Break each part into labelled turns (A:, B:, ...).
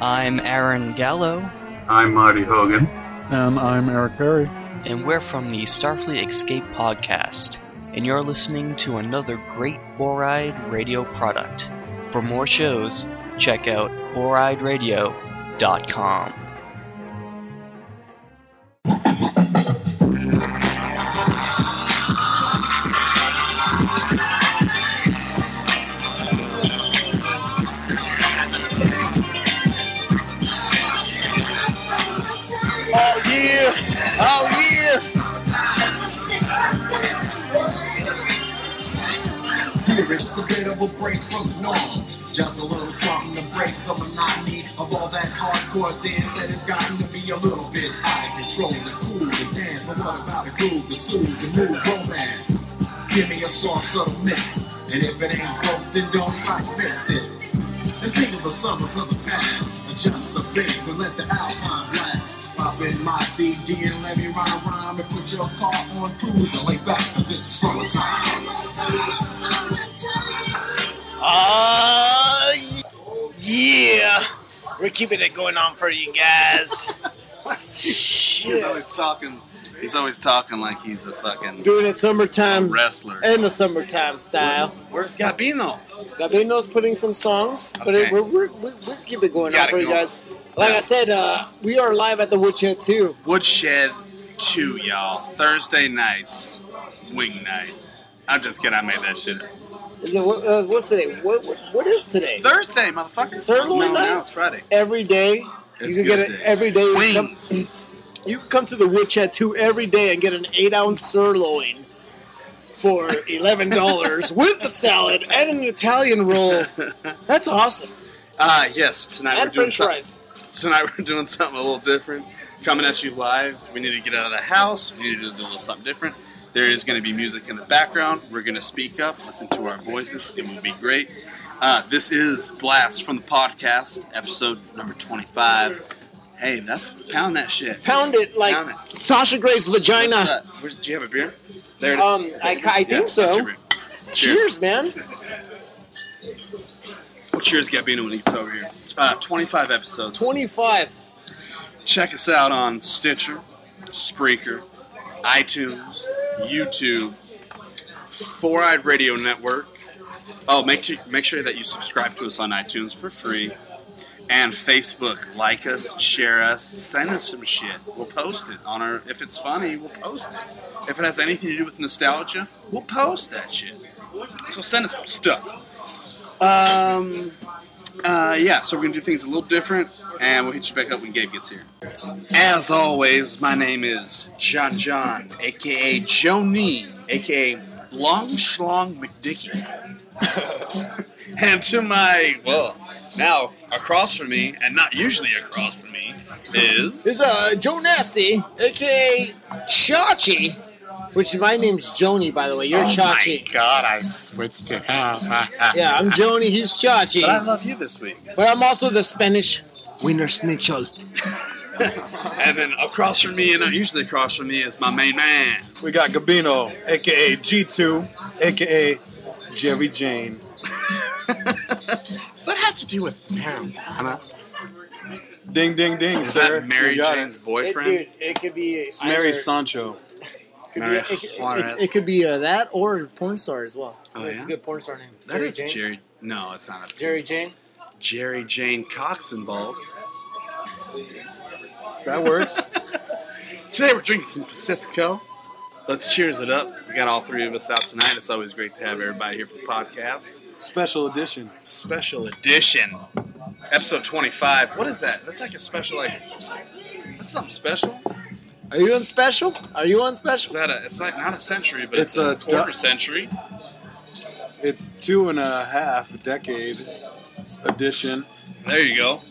A: I'm Aaron Gallo,
B: I'm Marty Hogan.
C: And Um, I'm Eric Berry.
A: and we're from the Starfleet Escape Podcast, and you're listening to another great Four Eyed Radio product. For more shows, check out foureyedradio.com.
D: Oh yeah! Oh yeah!
E: It's a bit of a break from the norm. Just a little something to break the monotony of all that hardcore dance that has gotten to be a little bit out of control. It's cool to dance, but what about a groove that soothes and move romance? Give me a soft, subtle mix, and if it ain't broke, then don't try to fix it. And think of the summers of the past. Adjust the bass and let the alpine blast. Pop in my CD and let me ride a rhyme and put your car on cruise and lay back, cause it's summertime.
D: Oh yeah! We're keeping it going on for you guys.
F: He's
D: Shit.
F: always talking. He's always talking like he's a fucking
D: Doing it summertime
F: wrestler.
D: in the summertime style.
F: Where's Gabino?
D: Gabino's putting some songs, but
F: Okay.
D: it, we're, we're, we're, we're keep it going on
F: Gotta
D: for you
F: go.
D: guys. Like
F: Yeah.
D: I said, uh, we are live at the Woodshed too.
F: Woodshed Two, y'all. Thursday nights, wing night. I'm just kidding. I made that shit. up.
D: Is it, what, uh, what's today? What, what, what is today?
F: Thursday, motherfucker.
D: Sirloin
F: no,
D: night?
F: now it's Friday.
D: Every day.
F: It's
D: you can get
F: good
D: it
F: day.
D: every day. You can come-
F: Wings.
D: You can come to the Woodshed too every day and get an eight ounce sirloin for eleven dollars with the salad and an Italian roll. That's awesome.
F: Ah, yes. Tonight
D: And
F: we're doing
D: French
F: something.
D: fries.
F: Tonight we're doing something a little different. Coming at you live. We need to get out of the house. We need to do a little something different. There is going to be music in the background. We're going to speak up, listen to our voices. It will be great. Uh, this is Blast from the Podcast, episode number 25. Hey, that's pound that shit.
D: Pound it like
F: Pound it.
D: Sasha Gray's
F: What's
D: vagina.
F: that? Where's- do you have a beer? There it is.
D: Um, I, I
F: Yeah,
D: think
F: that's your
D: so.
F: beer.
D: Cheers, man.
F: Well, cheers, Gabino, when he gets over here. Uh, 25 episodes.
D: Twenty-five.
F: Check us out on Stitcher, Spreaker, iTunes, YouTube, Four Eyed Radio Network. Oh, make sure, make sure that you subscribe to us on iTunes for free. And Facebook, like us, share us, send us some shit. We'll post it on our. If it's funny, we'll post it. If it has anything to do with nostalgia, we'll post that shit. So send us some stuff. Um, uh, yeah, so we're gonna do things a little different, and we'll hit you back up when Gabe gets here. As always, my name is John John, aka Jonine, aka Long Schlong McDickie. and to my well, now across from me, and not usually across from me, is
D: This is uh, Joe Nasty, aka Chachi, which my name's Joni, by the way.
F: Oh
D: You're Chachi.
F: God, I switched it.
D: Yeah, I'm Joni. He's Chachi.
F: But I love you this week.
D: But I'm also the Spanish winner snitchel.
F: And then across from me, and not usually across from me, is my main man.
C: We got Gabino, aka G2, aka Jerry Jane.
F: Does that have to do with Mariana?
C: Ding, ding, ding,
F: Is
C: sir.
F: that Mary
C: You got
F: Jane's
C: it.
D: It,
F: boyfriend?
D: dude, it could be
C: It's Mary
D: either-
C: Sancho.
D: It could be, it, could-
F: Juarez.
D: it- it could be uh, that or a porn star as well.
F: Oh,
D: That's
F: yeah?
D: a good porn star name.
F: That is
D: Jane.
F: Jerry. No, it's not. A,
D: Jerry Jane.
F: Jerry Jane Cox and Balls.
C: That works.
F: Today we're drinking some Pacifico. Let's cheers it up. We got all three of us out tonight. It's always great to have everybody here for the podcast.
C: Special edition.
F: Special edition, episode twenty-five. What is that? That's like a special. Like that's something special.
D: Are you on special? Are you on
F: Is
D: special?
F: that a? It's like not a century, but
C: It's
F: it's, a,
C: a
F: quarter
C: du-
F: century.
C: It's two and a half decade edition.
F: There you go.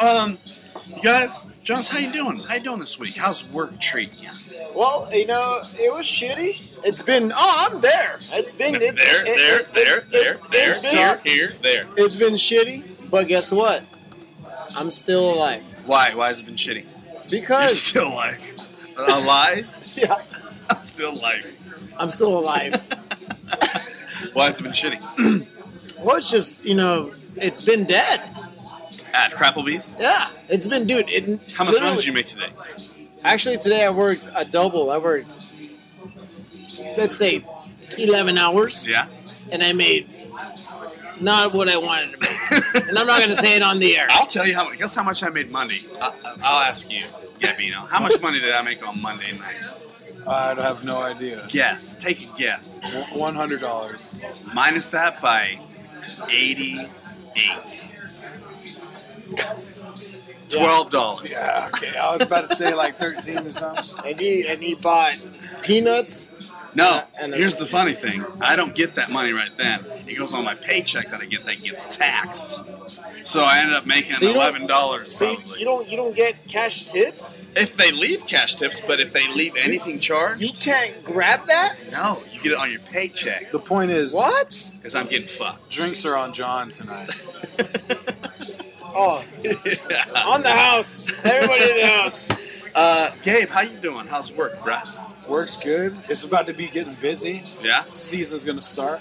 F: Um, you guys, Jones, how you doing? How you doing this week? How's work treating you?
D: Well, you know, it was shitty. It's been. Oh, I'm there. It's been. It,
F: there,
D: it-
F: there,
D: it-
F: there,
D: it-
F: there,
D: it's been
F: there,
D: shitty.
F: here, here, there.
D: It's been shitty, but guess what? I'm still alive
F: Why? Why has it been shitty? You're
D: because
F: still like alive.
D: yeah,
F: I'm still like.
D: I'm still alive.
F: Why has it been shitty?
D: Well, it's just you know, it's been dead.
F: at Crapplebee's.
D: Yeah, it's been, dude. It,
F: How much money
D: literally-
F: did you make today?
D: Actually, today I worked a double. I worked, let's say, 11 hours,
F: Yeah.
D: and I made not what I wanted to make. and I'm not going to say it on the air.
F: I'll tell you how. mu- Guess how much I made Monday. I, I- I'll ask you, Gabino. How much money did I make on Monday night?
C: I have no idea.
F: Guess. Take a guess.
C: One hundred dollars.
F: Minus that by eighty-eight. Twelve dollars.
C: Yeah. Okay. I was about to say like thirteen or something.
D: And he, and he bought peanuts.
F: No.
D: And- and-
F: Here's the funny thing. I don't get that money right then. It goes on my paycheck that I get that gets taxed. So I ended up making
D: So you don't-
F: eleven dollars
D: So you,
F: probably.
D: you don't you don't get cash tips.
F: if they leave cash tips, but if they leave anything charged,
D: You can't grab that.
F: no, you get it on your paycheck.
C: The point is,
D: What?
F: Because I'm getting fucked.
C: drinks are on John tonight.
D: Oh, on the house. Everybody in the house.
F: Uh, Gabe, how you doing? How's work, bruh?
C: Works good. It's about to be getting busy.
F: Yeah.
C: Season's gonna start.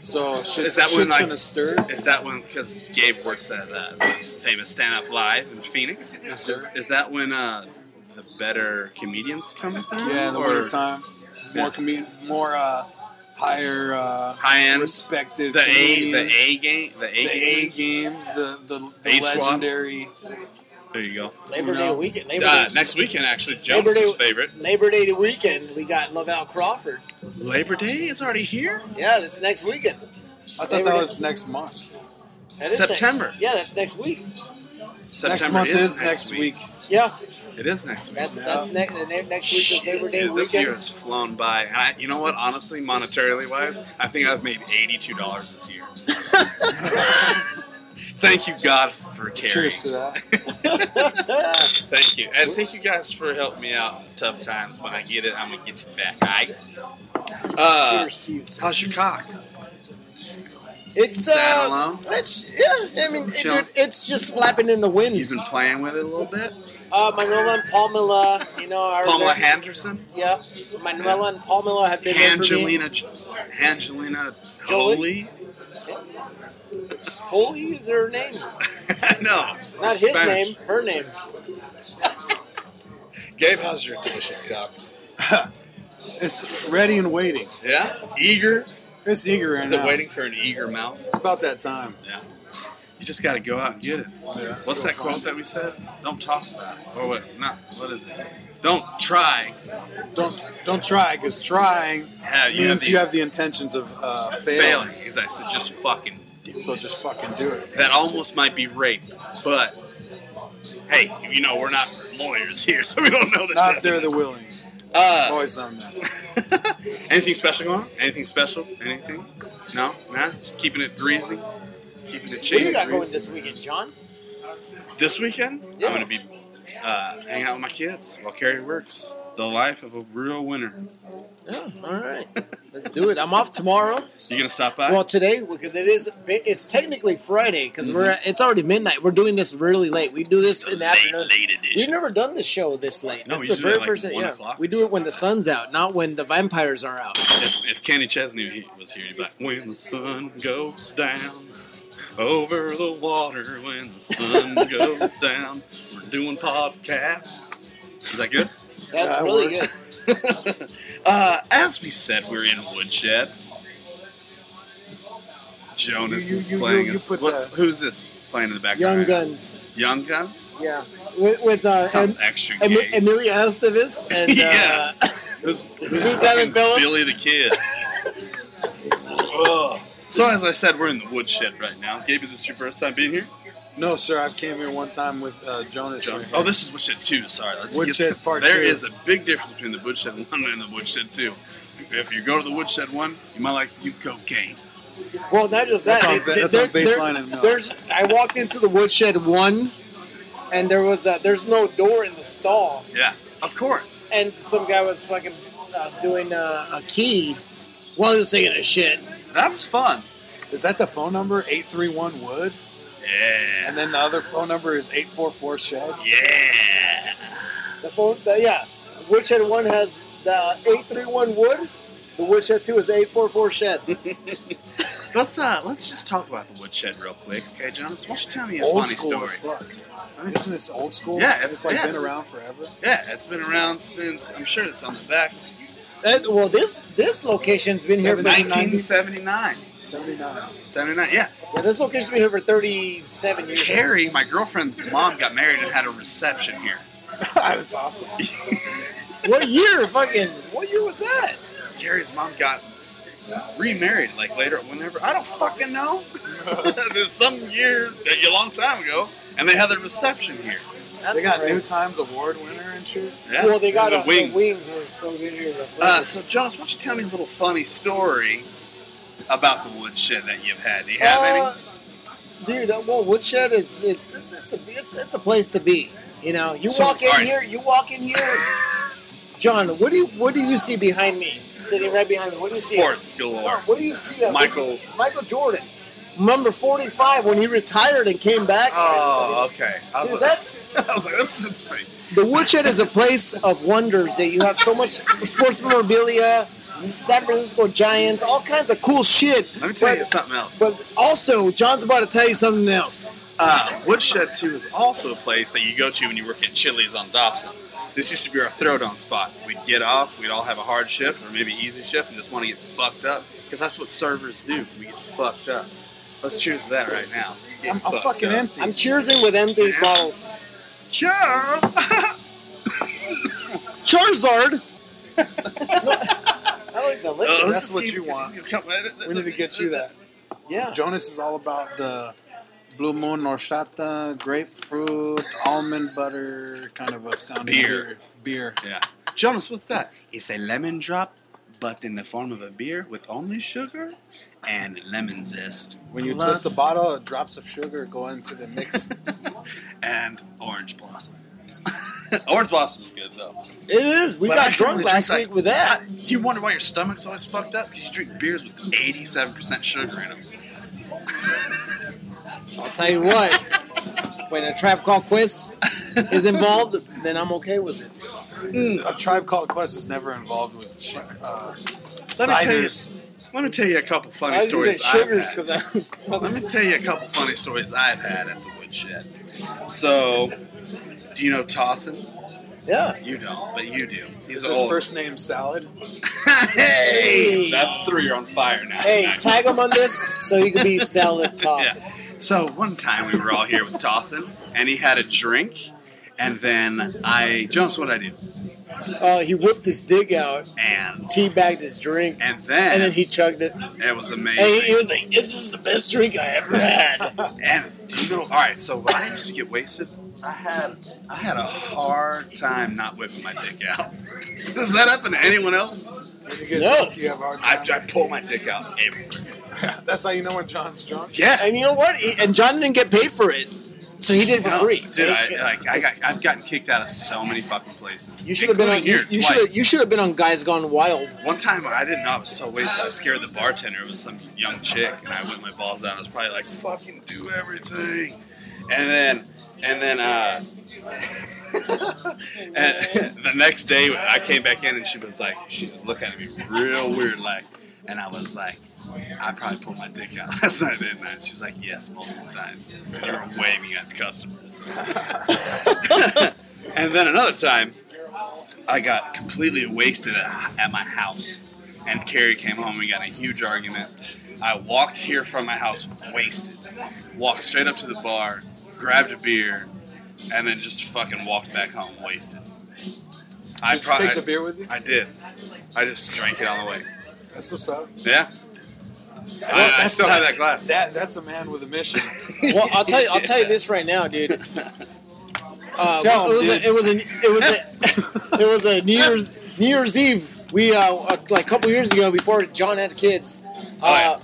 C: So shit,
F: Is that
C: shit's
F: when I-
C: gonna stir.
F: Is that when? Because Gabe works at uh, famous stand up live in Phoenix.
C: Yes,
F: Is,
C: sir.
F: is that when uh, the better comedians come through?
C: Yeah, in the
F: Or
C: winter time. More
F: Yeah.
C: commu- more uh, higher uh,
F: High end. The
C: respected
F: A, the
C: comedians,
F: A game, the A
C: the A
F: game.
C: games, the the, the
F: A squad.
C: legendary.
F: There you go.
D: Labor Day
C: No.
D: weekend. Labor
F: Uh,
D: Day.
F: next weekend, actually,
D: Labor
F: Jones'
D: Day-
F: favorite.
D: Labor Day weekend, we got Lavelle Crawford.
F: Labor Day is already here.
D: Yeah, that's next weekend.
C: I thought
D: Labor
C: that
D: Day.
C: was next month.
D: That is next-
F: September.
D: yeah, that's next week.
F: September
C: next month is, next week.
D: Yeah,
F: It is next week.
D: that's
C: Yeah.
D: that's next next week is
F: Shit,
D: Labor Day
F: dude, this year
D: weekend.
F: has flown by, and I, you know what? Honestly, monetarily wise, I think I've made eighty-two dollars this year. thank you, God, for caring.
C: Cheers to that.
D: Ah,
F: Thank you, and thank you guys for helping me out in tough times. When I get it, I'm gonna get you back. I, uh,
D: Cheers to you. sir.
F: how's your cock?
D: It's
F: that
D: uh,
F: alone?
D: it's yeah. I mean, it,
F: Chilling?
D: dude, it's just flapping in the
F: You've
D: wind.
F: been playing with it a little bit.
D: Uh, Manuela and Palmilla, you know, are
F: Pamela Henderson,
D: yeah, Manuela and Palmilla have been there for me.
F: Angelina, Angelina
D: Jolie?
F: Jolie.
D: Holy is her name,
F: no,
D: not his
F: Spanish.
D: name, her name.
F: Gabe, how's your delicious cock?
C: It's ready and waiting.
F: Yeah, eager.
C: It's eager right
F: Is
C: now.
F: it waiting for an eager mouth?
C: It's about that time.
F: Yeah. You just got to go out and get it.
C: Yeah.
F: What's that quote that we said? Don't talk about it. Or what? Not. What is it? Don't try.
C: Don't don't try because trying
F: Yeah, you have
C: means
F: the-
C: you have the intentions of uh,
F: Failing.
C: failing.
F: Exactly. So just fucking. do it.
C: So just fucking do it.
F: That almost might be rape, but hey, you know we're not lawyers here, so we don't know that.
C: Not if they're the willing.
F: Uh,
C: Always on that.
F: anything special going on? Anything special? Anything? No. Nah. Just keeping it greasy. Keeping it cheap.
D: What do you got going this weekend, John?
F: This weekend,
D: Yeah.
F: I'm gonna be uh, hanging out with my kids while Carrie works. The life of a real winner.
D: Yeah, all right, let's do it. I'm off tomorrow.
F: You gonna stop by?
D: Well, today because it is it's technically Friday because we're at, it's already midnight. We're doing this really late. We do this in the
F: Mm-hmm. late,
D: afternoon.
F: late edition.
D: We've never done this show this late.
F: No,
D: This
F: we
D: is the
F: usually at,
D: very
F: like,
D: first
F: one
D: yeah.
F: o'clock.
D: We do it when the sun's out, not when the vampires are out.
F: if, if Kenny Chesney he was here, he'd be like, "When the sun goes down over the water, when the sun goes down, we're doing podcasts." Is that good?
D: That's
C: that
D: really
C: works.
D: good.
F: uh, as we said, we're in Woodshed. Jonas
C: You- you-
F: is
C: you-
F: playing
C: you
F: us.
C: put
F: What's,
C: the-
F: who's this playing in the background?
D: Young
F: right now?
D: Guns,
F: Young Guns.
D: yeah, with, with uh,
F: Sounds
D: em-
F: extra
D: Em-
F: gay.
D: Emilia Estevez and
F: Yeah.
D: uh,
F: Who's, who's
D: Lieutenant
F: fucking
D: Phillips?
F: Billy the Kid? Ugh. so as I said, we're in the woodshed right now. Gabe, is this your first time being here?
C: No, sir. I came here one time with uh, Jonas.
F: John-
C: right here.
F: Oh, this is woodshed two. Sorry, let's
C: Woodshed
F: get,
C: part
F: There
C: two.
F: is a big difference between the woodshed one and the woodshed two. If you go to the woodshed one, you might like to do cocaine.
D: well, not just that.
C: That's on ba-
D: they- they-
C: that's on
D: they're- they're-
C: baseline and uh, no.
D: There's I walked into the woodshed one, and there was uh, there's no door in the stall.
F: Yeah, of course.
D: and some guy was fucking uh, doing uh, a key while he was singing a shit.
F: That's fun.
C: Is that the phone number eight three one Wood?
F: Yeah.
C: And then the other phone number is eight four four Shed.
F: yeah.
D: The phone, the, yeah, Woodshed One has the eight three one wood. The Woodshed Two is eight four four shed.
F: Let's uh, let's just talk about the woodshed real quick, okay, Jonas? Why don't you tell me a
C: old
F: funny
C: school
F: story?
C: as fuck. Isn't this old school?
F: Yeah, it's-
C: like
F: yeah.
C: been around forever.
F: Yeah, it's been around since I'm sure it's on the back
D: Uh, well, this this location's been here for 19...
F: 1979.
C: 79.
F: 79, yeah.
D: yeah, this location's been here for thirty-seven years.
F: Carrie, my girlfriend's mom, got married and had a reception here.
C: That's awesome.
D: What year? Fucking what year was that?
F: Jerry's mom got remarried like later, whenever I don't fucking know. There's some year a long time ago, and they had their reception here.
D: That's
C: they got
D: great.
C: New Times Award winner and shit.
F: Yeah,
D: Well, they got
F: the
D: uh,
F: wings.
D: The wings were so good here. The flavor.
F: Uh, so, Jonas, why don't you tell me a little funny story about the woodshed that you've had? Do you have
D: Uh, Dude, uh, well, Woodshed is it's it's it's a it's, it's a place to be. You know, you
F: So,
D: walk in
F: alright.
D: here, you walk in here. John, what do you what do you see behind me? Sitting right behind me, what do
F: any
D: you see?
F: sports
D: No,
F: galore?
D: What do you see? uh,
F: Michael.
D: Michael Jordan, number forty-five, when he retired and came back.
F: Oh, okay. I was,
D: Dude,
F: like,
D: that's
F: I was like, that's, that's pretty.
D: the woodshed is a place of wonders that you have so much sports memorabilia, San Francisco Giants, all kinds of cool shit.
F: Let me tell
D: but,
F: you something else.
D: But also, John's about to tell you something else.
F: Uh, Woodshed 2 is also a place that you go to when you work at Chili's on Dobson. This used to be our throwdown spot. We'd get off, we'd all have a hard shift or maybe easy shift and just want to get fucked up because that's what servers do. We get fucked up. Let's cheers to that right now. Get
C: I'm, I'm
F: fucked
C: fucking
F: up.
C: empty.
D: I'm cheersing with empty bottles.
F: Sure.
D: Charizard. I like the liquor.
F: Uh,
C: that's what you want.
F: let's keep-
C: we need to get you that.
D: yeah.
C: Jonas is all about the Blue Moon horchata, grapefruit, almond butter kind of a sound.
F: Beer.
C: Beer.
F: Yeah. Jonas, what's that? It's a lemon drop, but in the form of a beer with only sugar and lemon zest
C: When you
F: Plus-
C: twist the bottle, drops of sugar go into the mix.
F: and orange blossom. orange blossom is good though.
D: It is. We
F: But I
D: got
F: can
D: drunk
F: only
D: last
F: drink,
D: week with that.
F: You wonder why your stomach's always fucked up because you drink beers with 87% sugar in them.
D: I'll tell you what. When a trap called Quiz is involved, then I'm okay with it.
C: a tribe called Quest is never involved with sh- uh,
F: Let me tell you-
C: ciders.
F: Let me tell you a couple funny
D: I do the
F: stories. I've
D: sugars
F: had.
D: because I.
F: Let me tell you a couple funny stories I've had at the woodshed. So, do you know Tossin?
D: yeah.
F: You don't, but you do. He's
C: Is
F: an
C: his
F: old.
C: first name Salad?
F: hey, that's three. You're on fire now.
D: Hey,
F: Nice.
D: tag him on this so you can be salad tossed.
F: Yeah. So one time we were all here with Dawson, and he had a drink, and then I, Jones, what I do,
D: Uh, he whipped his dig out,
F: and
D: teabagged his drink,
F: and then,
D: and then he chugged it.
F: it was amazing.
D: And he, he was like, "This is the best drink I ever had."
F: And do you know, all right. So when I used to get wasted, I had I had a hard time not whipping my dick out. Does that happen to anyone else?
C: When you get
D: No.
C: drunk, you have a hard
F: I,
C: time.
F: I pull my dick out everywhere.
C: That's how you know when John's drunk.
F: Yeah.
D: And you know what? He- and John didn't get paid for it, so he did it for
F: No,
D: free.
F: dude. I, like I got, I've gotten kicked out of so many fucking places.
D: you should have been on.
F: including
D: You,
F: here
D: you
F: twice.
D: should have. You should have been on Guys Gone Wild.
F: One time, I didn't know I was so wasted. I scared the bartender. It was some young chick, and I whipped my balls out. I was probably like, "Fucking do everything," and then, and then, uh, and the next day I came back in, and she was like, she was looking at me real weird, like, and I was like, "I probably pulled my dick out last night, didn't I?" And she was like, "Yes, multiple times. You were waving at customers." and then another time, I got completely wasted at, at my house, and Carrie came home. We got in a huge argument. I walked here from my house wasted, walked straight up to the bar, grabbed a beer, and then just fucking walked back home wasted. I
C: Did you take the beer with you?
F: I did. I just drank it on the way.
C: That's what's up.
F: Yeah. I, I still have that glass.
C: That that's a man with a mission.
D: Well, I'll tell you. I'll tell you this right now, dude. Uh,
C: Tell
D: it was
C: him,
D: A, it was an it was a it was a New Year's New Year's Eve. We uh, uh like a couple years ago before John had kids. Uh,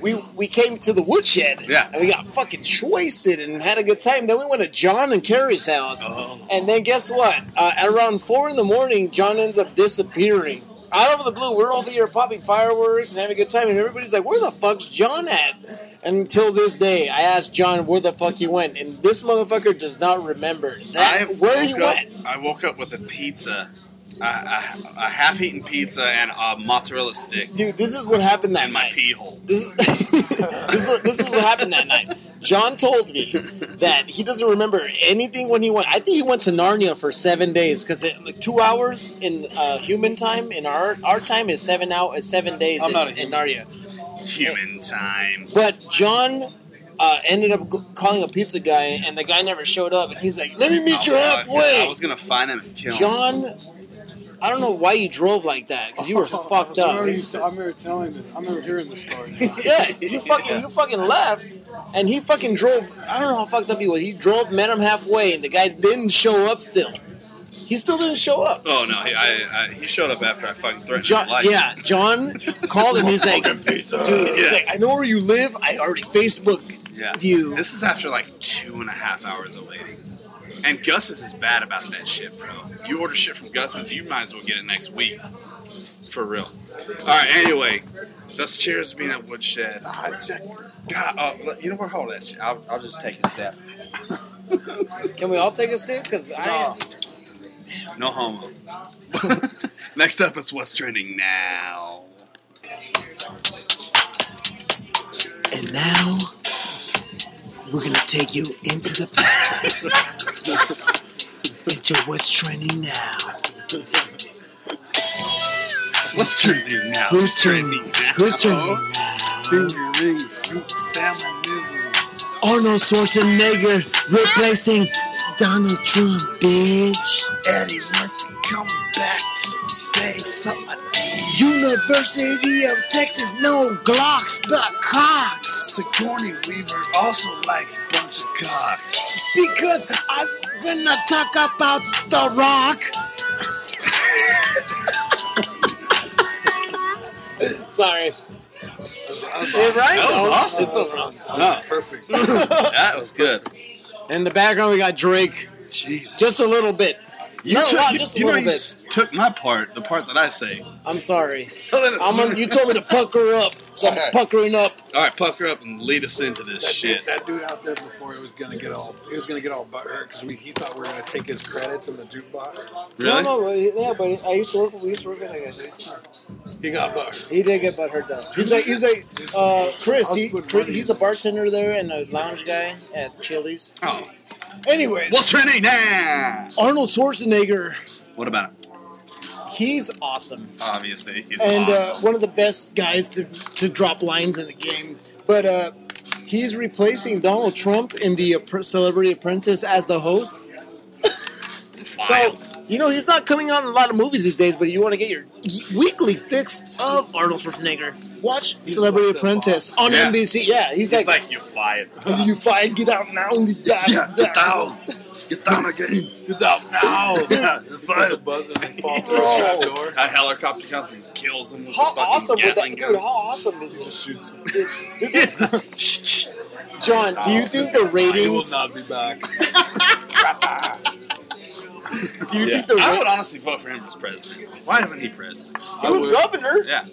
D: We, we came to the woodshed
F: Yeah.
D: and we got fucking wasted and had a good time. Then we went to John and Carrie's house.
F: Oh.
D: And then guess what? Uh, at around four in the morning, John ends up disappearing. Out of the blue, we're over here popping fireworks and having a good time, and everybody's like, "Where the fuck's John at?" And until this day, I asked John where the fuck he went, and this motherfucker does not remember that
F: I
D: where he
F: woke up-
D: went.
F: I woke up with a pizza a, a, a half-eaten pizza and a mozzarella stick
D: Dude, this is what happened that
F: in my
D: night.
F: pee hole.
D: This is, this, is, this is what happened that night. John told me that he doesn't remember anything when he went. I think he went to Narnia for seven days because like two hours in uh, human time in our our time is seven out is seven days
C: I'm
D: in,
C: not a
D: in
C: human.
D: Narnia.
F: Human time.
D: But John uh, ended up g- calling a pizza guy, and the guy never showed up. And he's like, "Let me meet you
F: Oh, God, yeah, I
D: halfway."
F: was gonna find him and kill him.
D: John, I don't know why you drove like that because you were fucked
C: I
D: up.
C: remember, you- I remember telling this. I remember hearing this story. now.
D: Yeah, you fucking you fucking left, and he fucking drove. I don't know how fucked up he was. He drove, met him halfway, and the guy didn't show up. Still, he still didn't show up.
F: Oh no, he, I, I, he showed up after I fucking threatened
D: John,
F: his life.
D: yeah, John called him. He's like, dude, he's
F: Yeah.
D: like, I know where you live. I already Facebook
F: Yeah.
D: you.
F: This is after like two and a half hours of waiting. And Gus's is bad about that shit, bro. You order shit from Gus's, you might as well get it next week. For real. All right, anyway. Those chairs being at Woodshed.
D: Ah,
C: I checked.
F: God, uh, look, you know what? Hold that shit. I'll, I'll just take a sip.
D: Can we all take a sip? Because I
F: No homo. next up is what's trending now.
D: and now we're gonna take you into the past, into what's trending now.
F: What's trending now?
D: Who's
F: trending now?
D: Who's trending now?
C: Finger ring, fruit, feminism.
D: Arnold Schwarzenegger replacing Donald Trump, bitch.
E: Eddie Murphy coming back to the stage. Something
D: University of Texas, no Glocks but Cocks.
E: Sigourney Weaver also likes bunch of cocks.
D: Because I'm gonna talk about The Rock. Sorry. right?
F: That was awesome. No,
C: Perfect.
F: that was good.
D: In the background, we got Drake.
F: Jesus.
D: Just a little bit.
F: You
D: Not a
F: took,
D: lot,
F: you-
D: just a
F: you know
D: little
F: you
D: bit.
F: s- took my part, the part that I say.
D: I'm sorry.
F: So then
D: I'm on, you told me to pucker up, so I'm puckering up.
F: All right, pucker up and lead us into this
C: That
F: shit.
C: Dude, that dude out there before it was gonna get all he was gonna get all butthurt because we he thought we were gonna take his credits in the jukebox.
F: Really?
D: No, no, well, yeah, but I used to work. We used to work with that guy. so he's smart.
C: He got butthurt.
D: He did get butthurt though. He's like, he's like, uh, Chris. He, Chris- he's a bartender there and a lounge guy at Chili's.
F: Oh.
D: Anyways,
F: What's her name now?
D: Arnold Schwarzenegger.
F: What about him?
D: He's awesome
F: Obviously, he's
D: and uh,
F: awesome.
D: one of the best guys to to drop lines in the game. But uh, he's replacing Donald Trump in the Appr- Celebrity Apprentice as the host. So,
F: Wild.
D: you know, he's not coming out in a lot of movies these days, but you want to get your weekly fix of Arnold Schwarzenegger. Watch Celebrity
C: fucked up,
D: Apprentice on
F: Yeah.
D: NBC. Yeah, he's,
F: he's
D: like,
F: like, you fired.
D: you fired, get out now. Yeah,
F: Get down. Get down again. Get down now. yeah, you're
C: There's a
F: fired.
C: buzzer and he falls through
D: Bro.
C: a trapdoor.
F: A helicopter comes and kills him with
D: How
F: a fucking
D: awesome would that,
F: Gatling
D: dude,
F: gun.
D: how awesome is
C: He
D: this?
C: just shoots. him.
D: John, do you think the
C: He will
D: ratings,
C: not be back.
D: do you
F: Yeah.
D: think the
F: I would
D: ratings,
F: honestly vote for him as president. Why isn't he president?
D: he was governor?
F: Yeah.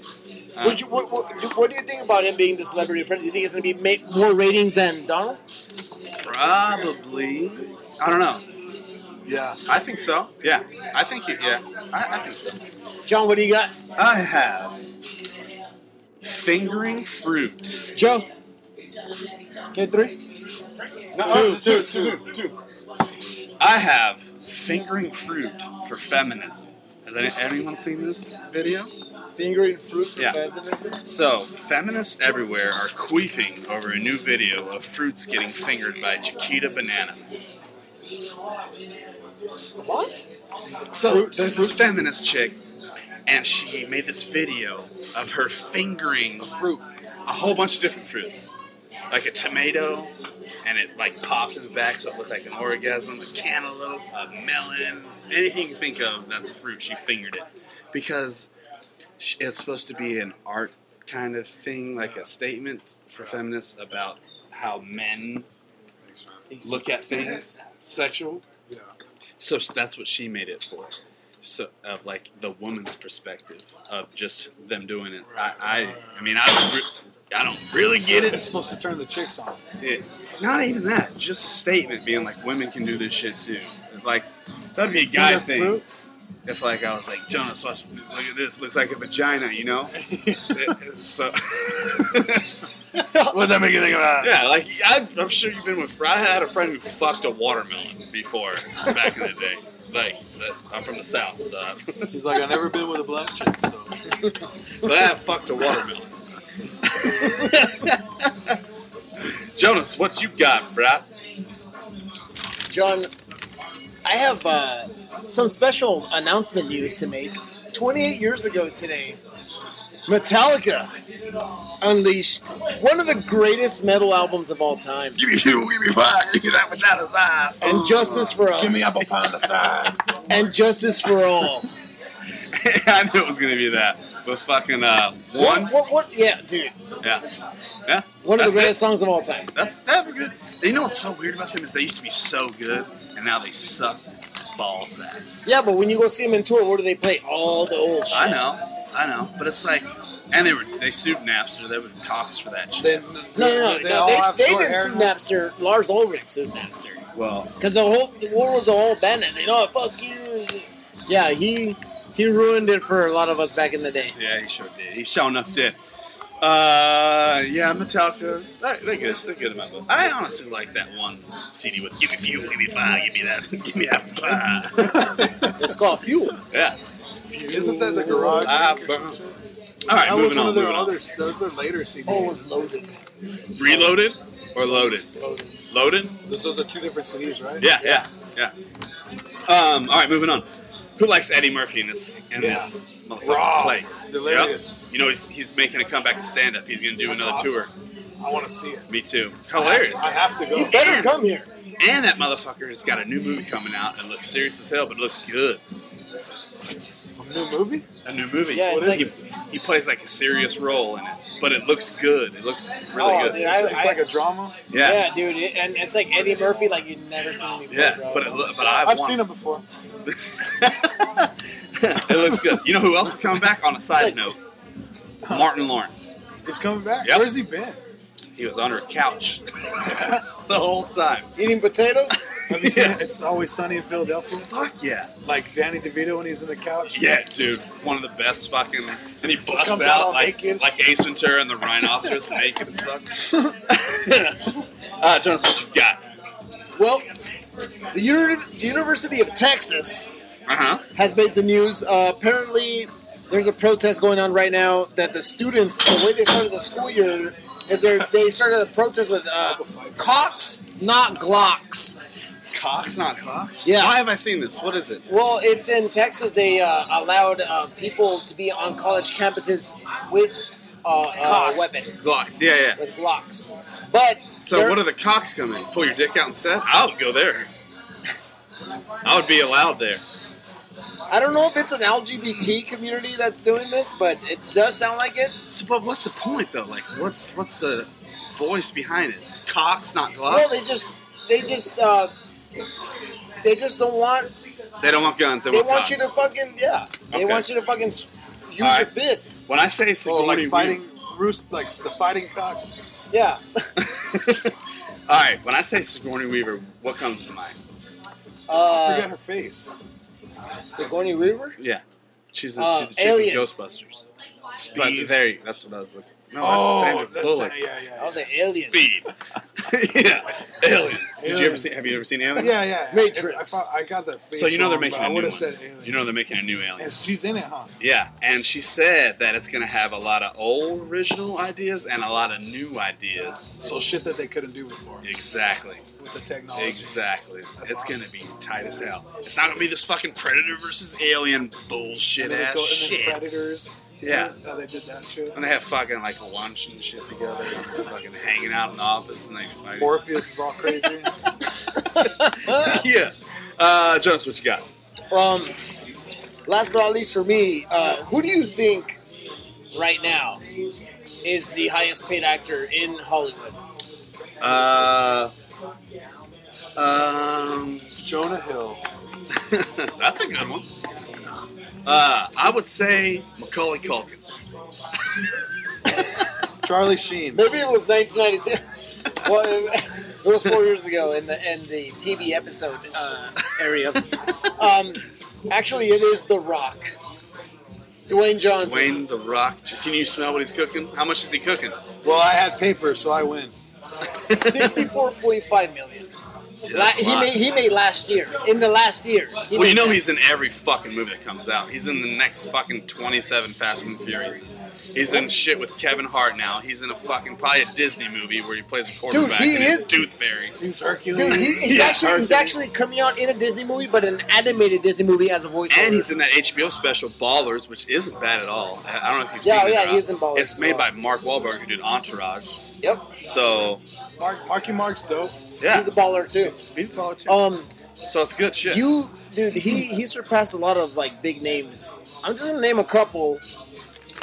F: Uh,
D: Would you, what, what, do- what do you think about him being the celebrity apprentice? Do you think it's going to be ma- more ratings than Donald?
F: Probably. I don't know.
C: Yeah.
F: I think so. Yeah. I think you, yeah. I, I think so.
D: John, what do you got?
F: I have fingering fruit.
D: Joe? Okay, three?
F: Two, two, two, two. I have fingering fruit for feminism. Has any, anyone seen this video?
D: Fingering fruit for
F: Yeah.
D: feminism?
F: So, feminists everywhere are queefing over a new video of fruits getting fingered by Chiquita Banana.
D: What?
F: So there's this feminist chick, and she made this video of her fingering
C: Fruit.
F: a whole bunch of different fruits, like a tomato, and it like popped in the back, so it looked like an orgasm. A cantaloupe, a melon, anything you think of that's a fruit. She fingered it because sh- it's supposed to be an art kind of thing, like a statement for feminists about how men look at things sexual.
C: Yeah.
F: So s- that's what she made it for. So of like the woman's perspective of just them doing it. I I, I mean I don't re- I don't really get
C: It's
F: it.
C: supposed to turn the chicks on.
F: It- Not even that. Just a statement being like women can do this shit too. Like that'd be a
C: Finger
F: guy thing.
C: fruit?
F: if like I was like Jonas, watch, look at this, looks like a vagina, you know? It- so
C: What that make you think about?
F: yeah, like I, I'm sure you've been with. I had a friend who fucked a watermelon before back in the day. Like that- I'm from the south, so I-
C: He's like, I've never been with a black chick, so
F: but I fucked a watermelon. Jonas, what you got, bruh?
D: John, I have uh, some special announcement news to make. 28 years ago today, Metallica unleashed one of the greatest metal albums of all time.
F: Give me you, give me five, give me that vagina's eye.
D: And Justice for All.
C: give me apple pie on the side.
D: And Justice for All.
F: I knew it was gonna be that. But fucking uh,
D: What,
F: one,
D: what, what? Yeah, dude.
F: yeah, yeah.
D: One of
F: That's
D: the
F: it.
D: greatest songs of all time.
F: That's that good. You know what's so weird about them is they used to be so good, and now they suck ball sacks.
D: Yeah, but when you go see them in tour, what do they play? All the old shit.
F: I know, I know, but it's like, and they were they sued Napster. They were cops for that shit.
C: Then,
D: No, no, no.
C: They,
D: They,
C: all have
D: they,
C: short
D: didn't
C: hair
D: sue
C: now.
D: Napster. Lars Ulrich sued Napster.
F: Well,
D: Because the whole the war was a whole bandit. You know, fuck you. Yeah, he he ruined it for a lot of us back in the day.
F: yeah, he sure did. He sure enough did. Uh, yeah, Metallica. They're, they're good. They're good in my book. I honestly like that one CD with "Give me fuel, give me fire, give me that, give me that." fire."
D: It's called Fuel.
F: yeah.
C: Isn't that the garage?
F: Ah,
C: Or
F: burn.
C: some shit?
F: All right,
C: That was one
F: moving on.
C: of their
F: moving on.
C: other. Those are later CDs.
D: loaded.
F: Reloaded or loaded?
D: Loaded.
F: Loaded.
C: Those are the two different CDs, right?
F: Yeah, yeah, yeah. Um, all right, moving on. Who likes Eddie Murphy in this in
C: Yeah.
F: this motherfucking
C: Raw.
F: place?
C: Delirious.
F: Yep. You know he's, he's making a comeback to stand up. He's gonna do
C: That's
F: another
C: awesome.
F: tour.
C: I want to see it.
F: Me too. Hilarious.
C: I have to go.
D: You better come here.
F: And that motherfucker has got a new movie coming out and looks serious as hell, but it looks good.
C: New movie?
F: A new movie.
D: Yeah,
F: What
D: it's
F: is he, he plays like a serious role in it, but it looks good. It looks really
D: Oh,
F: good.
D: dude,
C: It's,
D: I-
C: it's like a drama.
F: yeah. yeah.
D: dude. It, and it's like Eddie Murphy, like you've never seen before.
F: but it, loo- but I
C: I've
F: want-
C: seen it before.
F: it looks good. You know who else is coming back? On a side
D: It's
F: note, Martin Lawrence.
C: He's coming back.
F: Yep.
C: Where's he been?
F: He was under a couch the whole time.
D: Eating potatoes?
C: Have you seen
F: Yeah.
C: it? It's always sunny in Philadelphia.
F: Fuck yeah.
C: Like Danny DeVito when he's in the couch.
F: Yeah, dude. One of the best fucking. And he busts
C: comes
F: out,
C: out all
F: like,
C: naked.
F: like Ace Ventura and the rhinoceros naked as fuck. uh, Jonas, what you got?
D: well, the, uni- the University of Texas
F: Uh huh.
D: has made the news. Uh, apparently, there's a protest going on right now that the students, the way they started the school year, is they're- they started a protest with uh, cocks, not glocks.
F: Cox, not Cox?
D: Yeah.
F: Why have I seen this? What is it?
D: Well, it's in Texas. They uh, allowed uh, people to be on college campuses with uh, a
C: Cocks.
D: weapon,
F: Glocks. Yeah, yeah.
D: with glocks. But
F: So what are the Cox coming? Pull your dick out instead? I would go there. I would be allowed there.
D: I don't know if it's an LGBT community that's doing this, but it does sound like it.
F: So, but what's the point though? Like, what's what's the voice behind it? It's Cox, not Glocks.
D: Well, they just they just uh, they just don't want
F: They don't want guns. They,
D: They
F: want,
D: want
F: cops.
D: you to fucking yeah.
F: Okay.
D: They want you to fucking s- use
F: All
D: your
F: right.
D: fists.
F: When I say
C: Or
F: Sigourney
C: Oh, like
F: Weaver,
C: fighting roost, like the fighting cocks.
D: Yeah.
F: all right. When I say Sigourney Weaver, what comes to mind?
C: Forget
D: Uh,
C: her face.
D: Sigourney Weaver.
F: Yeah, she's a,
D: Uh,
F: she's a chick in
D: aliens.
F: Ghostbusters.
C: Speed.
F: But there, you- that's what I was looking. No,
C: oh,
F: that's Sandra
C: that's
F: Bullock.
C: Sandra- yeah,
D: I
C: yeah.
D: was an alien.
F: Speed. yeah, aliens. Did you ever
C: Aliens.
F: see? Have you ever seen Aliens?
C: Yeah, yeah.
D: Matrix.
C: I, thought- I got that face.
F: So you know they're
C: wrong,
F: making
C: but
F: a
C: I
F: new
C: would
F: one.
C: have said alien.
F: You know they're making a new Alien.
C: and she's in it, huh?
F: Yeah, and she said that it's going to have a lot of old original ideas and a lot of new ideas.
C: So shit that they couldn't do before
F: Exactly.
C: with the technology.
F: Exactly.
C: That's
F: it's
C: awesome.
F: going to be tight as hell. It's not going to be this fucking Predator versus Alien bullshit
C: And then, it
F: ass
C: go, and then
F: shit.
C: predators.
F: Yeah.
C: How they did that shit.
F: And they have fucking like lunch and shit together, and they're fucking hanging out in the office, and they fight.
C: Morpheus is all crazy.
F: yeah. Uh, Jonas, what you got?
D: Um, last but not least for me, uh, who do you think right now is the highest paid actor in Hollywood?
F: Uh, um,
C: Jonah Hill.
F: that's a good one. Uh, I would say Macaulay Culkin.
C: Charlie Sheen.
D: Maybe it was 1992. well, it, it was four years ago in the in the TV episode uh, area. Um, Actually, it is The Rock. Dwayne Johnson.
F: Dwayne the Rock. Can you smell what he's cooking? How much is he cooking?
C: Well, I had paper, so I win.
D: 64.5 million.
F: Dude,
D: La-
F: that's a
D: he
F: lot.
D: made he made last year. In the last year. He
F: Well,
D: made
F: you know
D: that.
F: he's in every fucking movie that comes out. He's in the next fucking 27 Fast and Furious. He's in shit with Kevin Hart now. He's in a fucking probably a Disney movie where he plays a quarterback
D: he
F: and he's
D: is-
F: Tooth Fairy.
C: He's Hercules.
D: Dude, he, he's
F: Yeah,
D: actually he's
F: Tarzan.
D: actually coming out in a Disney movie, but an animated Disney movie as a voiceover.
F: And he's in that HBO special Ballers, which isn't bad at all. I I don't know if you've
D: Yeah,
F: seen it.
D: yeah,
F: or
D: he
F: not.
D: is in Ballers
F: It's
D: as
F: made
D: well.
F: by Mark Wahlberg, who did Entourage.
D: yep,
F: So
C: Mark, Marky Mark's dope.
F: yeah,
D: he's a baller too.
F: He's a baller too.
D: Um,
F: so it's good shit.
D: you dude, he he surpassed a lot of like big names. I'm just gonna name a couple.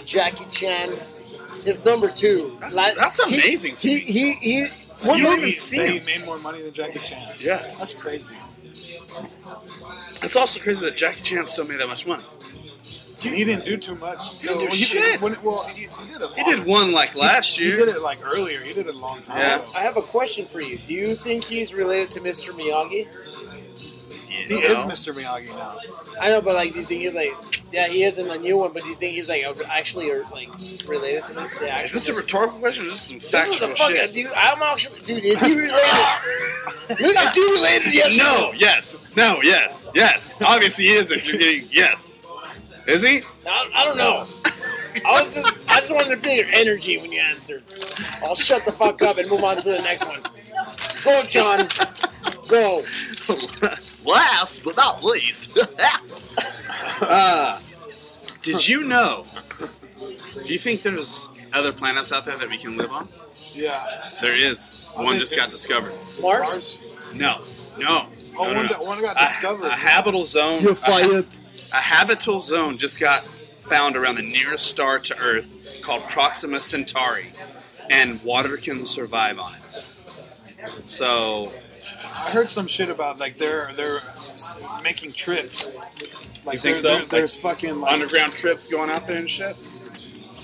D: Jackie Chan, his number two.
F: That's-
D: La-
F: that's
D: he-
F: amazing to
D: He
F: me.
D: he he.
F: You
D: One
F: don't
D: movie,
F: even see
C: They
F: him.
C: made more money than Jackie Chan.
F: Yeah.
C: That's crazy.
F: It's also crazy that Jackie Chan still made that much money.
C: he didn't do too much. He
F: do shit.
C: When, well, he, he did a
F: He
C: lot.
F: did one like last
C: He
F: year.
C: did it like earlier. He did it a long time
F: Yeah.
C: ago.
D: I have a question for you. Do you think he's related to Mr. Miyagi?
F: You
C: He
F: know?
C: is Mr. Miyagi now.
D: I know, but like, do you think he's like, yeah, he is in the new one, but do you think he's like a- actually or like related to this? The
F: Is
D: actual
F: this a rhetorical question or is this some
D: This is
F: factual
D: the
F: shit?
D: fucking dude. I'm actually, dude. Is he related? Look, is he related? Yes. or
F: No, yes, no, yes, yes. Obviously, he is. If you're getting yes, is he?
D: no? I, I don't know. I was just, I just wanted to feel your energy when you answered. I'll shut the fuck up and move on to the next one. Go, John. Go.
F: Last but not least. uh, did you know? Do you think there's other planets out there that we can live on?
C: Yeah.
F: There is. One just got discovered.
D: Mars.
F: No, no.
C: Oh,
F: no,
C: one
F: no, no.
C: got- one got
F: A-
C: discovered.
F: A, habitable zone. a- A habitable zone just got found around the nearest star to Earth called Proxima Centauri, and water can survive on it. So,
C: I heard some shit about like they're they're s- making trips. Like
F: You think
C: there-
F: so?
C: there- there's fucking like
F: underground trips going out there and shit?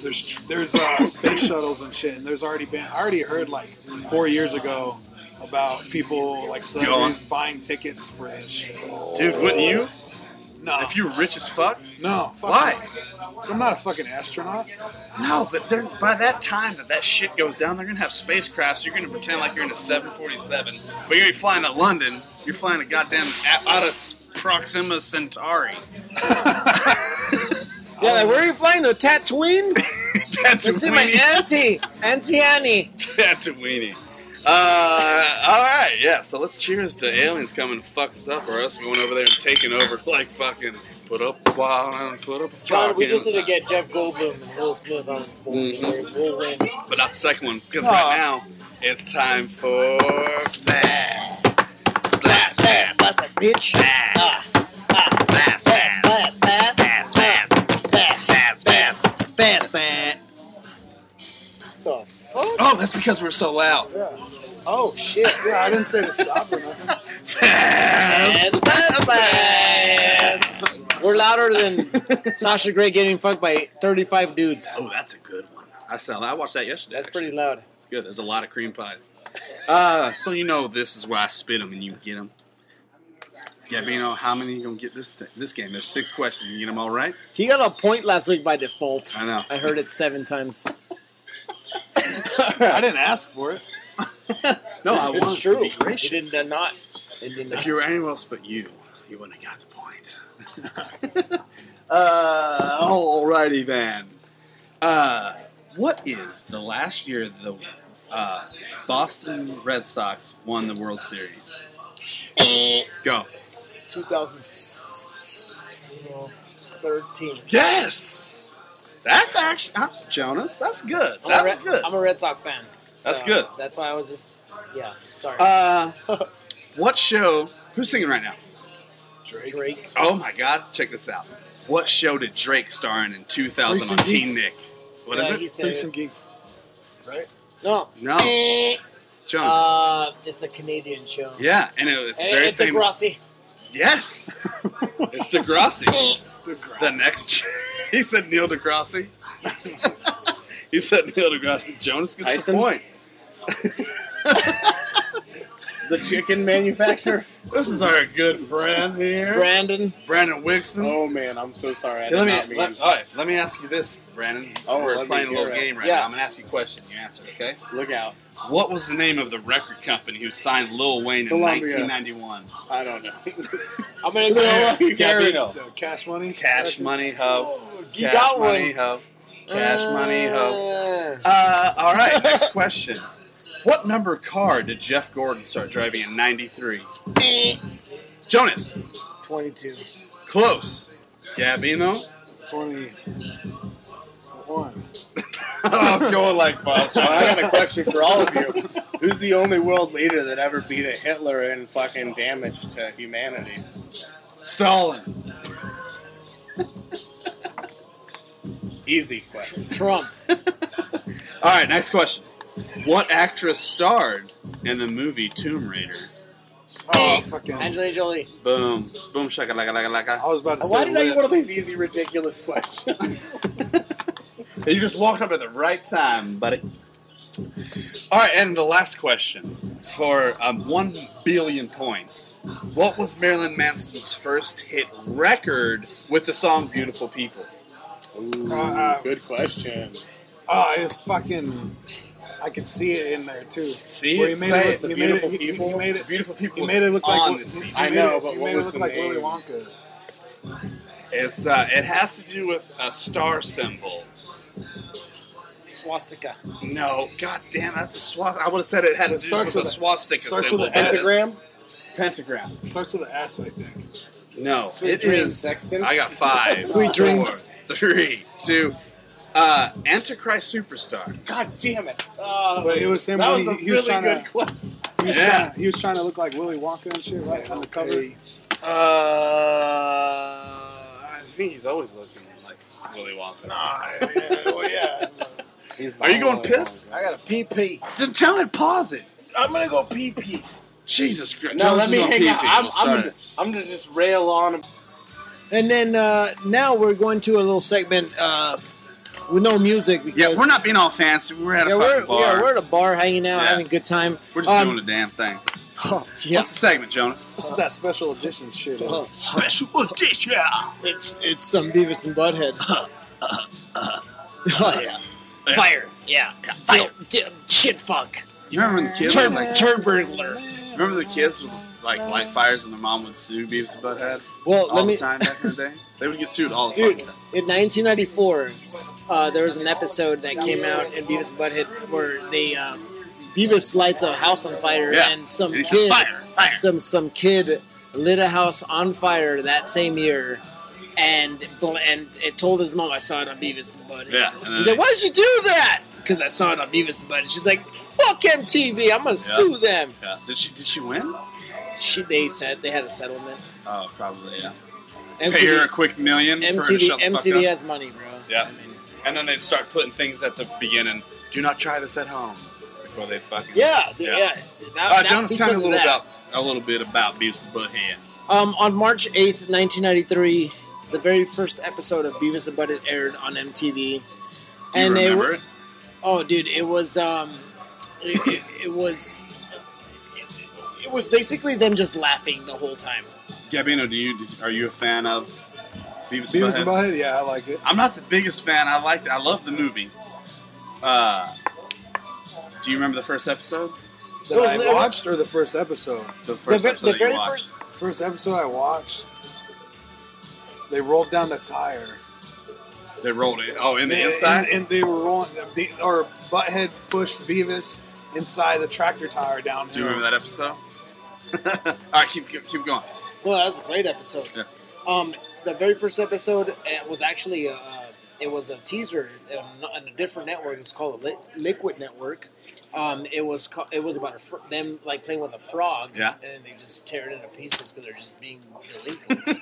C: there's tr- there's uh, space shuttles and shit, and there's already been I already heard like four years ago about people like celebrities buying tickets for this shit.
F: Dude, wouldn't you?
C: No,
F: If you were rich as fuck?
C: no, fuck
F: Why?
C: no. So I'm not a fucking astronaut.
F: No, but they're- by that time that that shit goes down, they're gonna have spacecrafts. You're gonna pretend like you're in a 747, but you're gonna be flying to London. You're flying to goddamn a- out of s- Proxima Centauri.
D: Yeah, like, where are you flying to? Tatooine? Let's see my
F: Tatooine.
D: auntie, Auntie Annie.
F: Tatooine. Uh, all right, yeah. So let's cheers to aliens coming to fuck us up, or us going over there and taking over, like fucking put up a wall and put up a
D: John, we
F: block
D: just
F: and-
D: need to get Jeff Goldblum and Will Smith on board.
F: Mhm.
D: We'll win.
F: but not the second one because
D: Aw.
F: right now it's time for fast, blast,
D: Pass,
F: fast,
D: pass, pass, bitch.
F: Pass.
D: Ah, ah,
F: blast, fast,
D: pass, pass,
F: Pass, pass.
D: pass,
F: fast, fast.
D: pass, pass. The fuck?
F: Oh, that's because we're so loud.
D: Oh shit!
C: Yeah, I didn't say to stop or nothing.
F: Fast.
D: Pass, pass, pass. We're louder than Sasha Grey getting fucked by 35 dudes.
F: Oh, that's a good one. I saw. I watched that yesterday.
D: That's
F: actually.
D: pretty loud.
F: It's good. There's a lot of cream pies. Uh, so you know this is where I spit them and you get them. Gabino, how many you gonna get this th- this game? There's six questions. You get them all right?
D: He got a point last week by default.
F: I know.
D: I heard it seven times.
C: I didn't ask for it.
F: No, I want
D: It's
F: us to
D: true.
F: be gracious.
D: It did not- not. It did
F: If
D: not.
F: you were anywhere else but you, you wouldn't have got the point. uh, alrighty then. Uh, what is the last year the uh, Boston Red Sox won the World Series? Go.
D: 2013.
F: Yes. That's actually uh, Jonas. That's good.
D: I'm,
F: That
D: a
F: was
D: Red,
F: good.
D: I'm a Red Sox fan.
F: That's
D: so
F: good.
D: That's why I was just, yeah, sorry.
F: Uh, what show? Who's singing right now?
C: Drake.
D: Drake.
F: Oh my God! Check this out. What show did Drake star in in 2000
C: Freaks
F: on
C: and
F: Teen
C: Geeks.
F: Nick? What
D: Yeah,
F: is
D: he
F: it?
D: said
C: Freaks and
D: it.
C: geeks. Right?
D: No.
F: No, Jonas.
D: Uh, it's a Canadian show.
F: yeah, and it, it's
D: And
F: very
D: it's
F: famous.
D: Degrassi.
F: Yes, it's Degrassi.
C: The gra-
F: the next, he said Neil Degrassi. he said Neil Degrassi. Jonas gets
A: Tyson?
F: the point.
B: the chicken manufacturer.
E: This is our good friend here,
D: Brandon.
E: Brandon Wixon.
B: oh man, I'm so sorry. I did
F: Let
B: not
F: me,
B: mean.
F: let, all right, so let me ask you this, Brandon.
B: Oh, let
F: We're
B: me
F: playing a little
B: hear it.
F: game right
B: Yeah.
F: now. I'm going to ask you a question. You answer, okay?
B: Look out!
F: What was the name of the record company who signed Lil Wayne in
B: Columbia.
F: 1991?
B: I don't know.
D: I'm gonna go.
F: Gambino.
B: uh,
C: The cash money.
F: Cash Money Ho.
D: Oh, You
F: Cash
D: got
F: Money
D: one.
F: Ho. Cash Money Ho.
D: Uh,
F: Uh, all right, next question. What number car did Jeff Gordon start driving in 93? Jonas.
D: 22.
F: Close. Gabino.
C: Twenty-one.
F: I was going like
B: Well, I
F: Bob.
B: got a question for all of you. Who's the only world leader that ever beat a Hitler in fucking damage to humanity?
F: Stalin.
B: Easy question.
D: Trump.
F: All right, next question. What actress starred in the movie Tomb Raider?
C: Oh, fucking. I
D: Angelina Jolie.
F: Boom, boom, shaka, laka, laka, laka.
C: was about to say.
B: Why did I get one of
C: lips.
B: these easy, ridiculous questions?
F: You just walked up at the right time, buddy. All right, and the last question for um, one billion points. What was Marilyn Manson's first hit record with the song "Beautiful People"?
B: Ooh,
C: Uh, uh,
B: good question.
C: Oh, it's fucking. I could see it in there too.
F: See
C: Where
F: it,
C: he made
F: say
C: it, look-
F: it, the
C: he made it,
F: beautiful
C: he-
F: people.
C: He made it.
F: Beautiful people.
C: He
F: was
C: made it look
F: on
C: like.
F: this
C: he
F: season.
B: I
C: made
B: know,
C: it-
B: but
C: he
B: what
C: made
B: was
C: it look
B: the
C: like
B: name?
C: Willy Wonka.
F: It's uh, it has to do with a star symbol.
B: Swastika.
F: No, god damn, that's a swastika. I would have said it had to do
C: starts
F: with a
C: with a-
F: swastika
C: starts
F: symbol.
C: with an
F: That is-
B: Pentagram. Pentagram.
C: It starts with an S, I think.
F: No,
B: Sweet
F: it
B: dreams,
F: is-
B: Sexton.
F: I got five.
D: Sweet
F: four,
D: dreams.
F: Three, two. Uh, Antichrist superstar.
B: God damn it! Uh,
C: But it was him
B: that
C: when
B: was a
C: he- he was
B: really
C: tryna-
B: good question.
C: He was,
F: Yeah.
C: trying, he was trying to look like Willy Wonka and shit, right? On the cover.
B: Okay.
F: Uh, I think he's always looking like Willy Wonka.
C: yeah.
B: He's
F: Are you going
B: my-
F: piss?
D: I got a PP.
F: Then tell me to pause it.
D: I'm gonna go PP.
F: Jesus Christ.
B: No, let me hang out. I'm,
F: We'll
B: I'm,
F: start
B: gonna,
F: it.
B: I'm gonna just rail on.
D: And then uh, now we're going to a little segment uh, with no music. Because,
F: yeah, we're not being all fancy. We're at a
D: Yeah,
F: fucking
D: we're,
F: bar.
D: yeah, we're
F: we're,
D: at a bar hanging out,
F: Yeah.
D: having a good time.
F: just
D: Um,
F: doing a damn thing.
D: Oh, yeah.
F: What's the segment, Jonas?
C: This is that special edition shit.
D: Oh,
F: Special edition.
D: it's it's some Beavis and Butthead. oh yeah. Fire. Yeah. Fire. shit. Fuck.
F: You remember when the kids?
D: Turn,
F: were like,
D: turn burglar.
F: Remember the kids would like light fires and their mom would sue Beavis and Butthead
D: Well,
F: all
D: let me.
F: the time back in the day? They would get sued all the
D: Dude,
F: fucking time.
D: in 1994, uh, there was an episode that came out in Beavis and Butthead where they um, Beavis lights a house on fire
F: Yeah.
D: and some
F: And he said,
D: kid,
F: fire, fire.
D: some some kid lit a house on fire that same year. And bl- and it told his mom I saw it on Beavis and Butthead.
F: Yeah, and then
D: He's
F: they-
D: like, "Why did you do that?" Because I saw it on Beavis and Butthead. She's like, "Fuck MTV! I'm gonna sue them."
F: Yeah. Did she did she win?
D: She, they said they had a settlement.
F: Oh, probably yeah.
D: MTV,
F: Pay her a quick million for her to
D: MTV,
F: shut the
D: MTV
F: fuck up.
D: has money, bro.
F: Yeah.
D: I mean,
F: And then they'd start putting things at the beginning. Do not try this at home before they fucking
D: Yeah, dude,
F: Yeah.
D: yeah.
F: Uh,
D: That- that-
F: Jonas, tell me
D: because of
F: a little
D: that.
F: about a little bit about Beavis and Butthead.
D: Um, on March eighth, nineteen ninety three, the very first episode of Beavis and Butthead aired on MTV.
F: Do you
D: they
F: remember
D: were-
F: it?
D: oh, dude, it was um, it, it, it was it, it was basically them just laughing the whole time.
F: Gabino, do you did- are you a fan of Beavis,
C: Beavis
F: and
C: and
F: Butthead?
C: Butthead? Yeah, I like it.
F: I'm not the biggest fan. I liked. I love the movie. Uh, do you remember the first episode?
C: That
D: was
C: I
D: the-
C: watched or the first episode?
F: The first
D: ve-
F: episode
D: the
F: that
D: very
F: you watched.
C: First episode I watched, they rolled down the tire.
F: They rolled it. Oh, in the
C: And-
F: inside.
C: And, and they were rolling, Be- or Butthead pushed Beavis inside the tractor tire downhill.
F: do you remember that episode? All right, keep keep, keep going.
D: Well, that was a great episode.
F: Yeah.
D: Um, the very first episode uh was actually uh, it was a teaser in a, on a different network. It's called a Li- Liquid Network. Um, it was co- it was about a fr- them like playing with a frog.
F: Yeah.
D: And they just tear it into pieces because they're just being delinquents.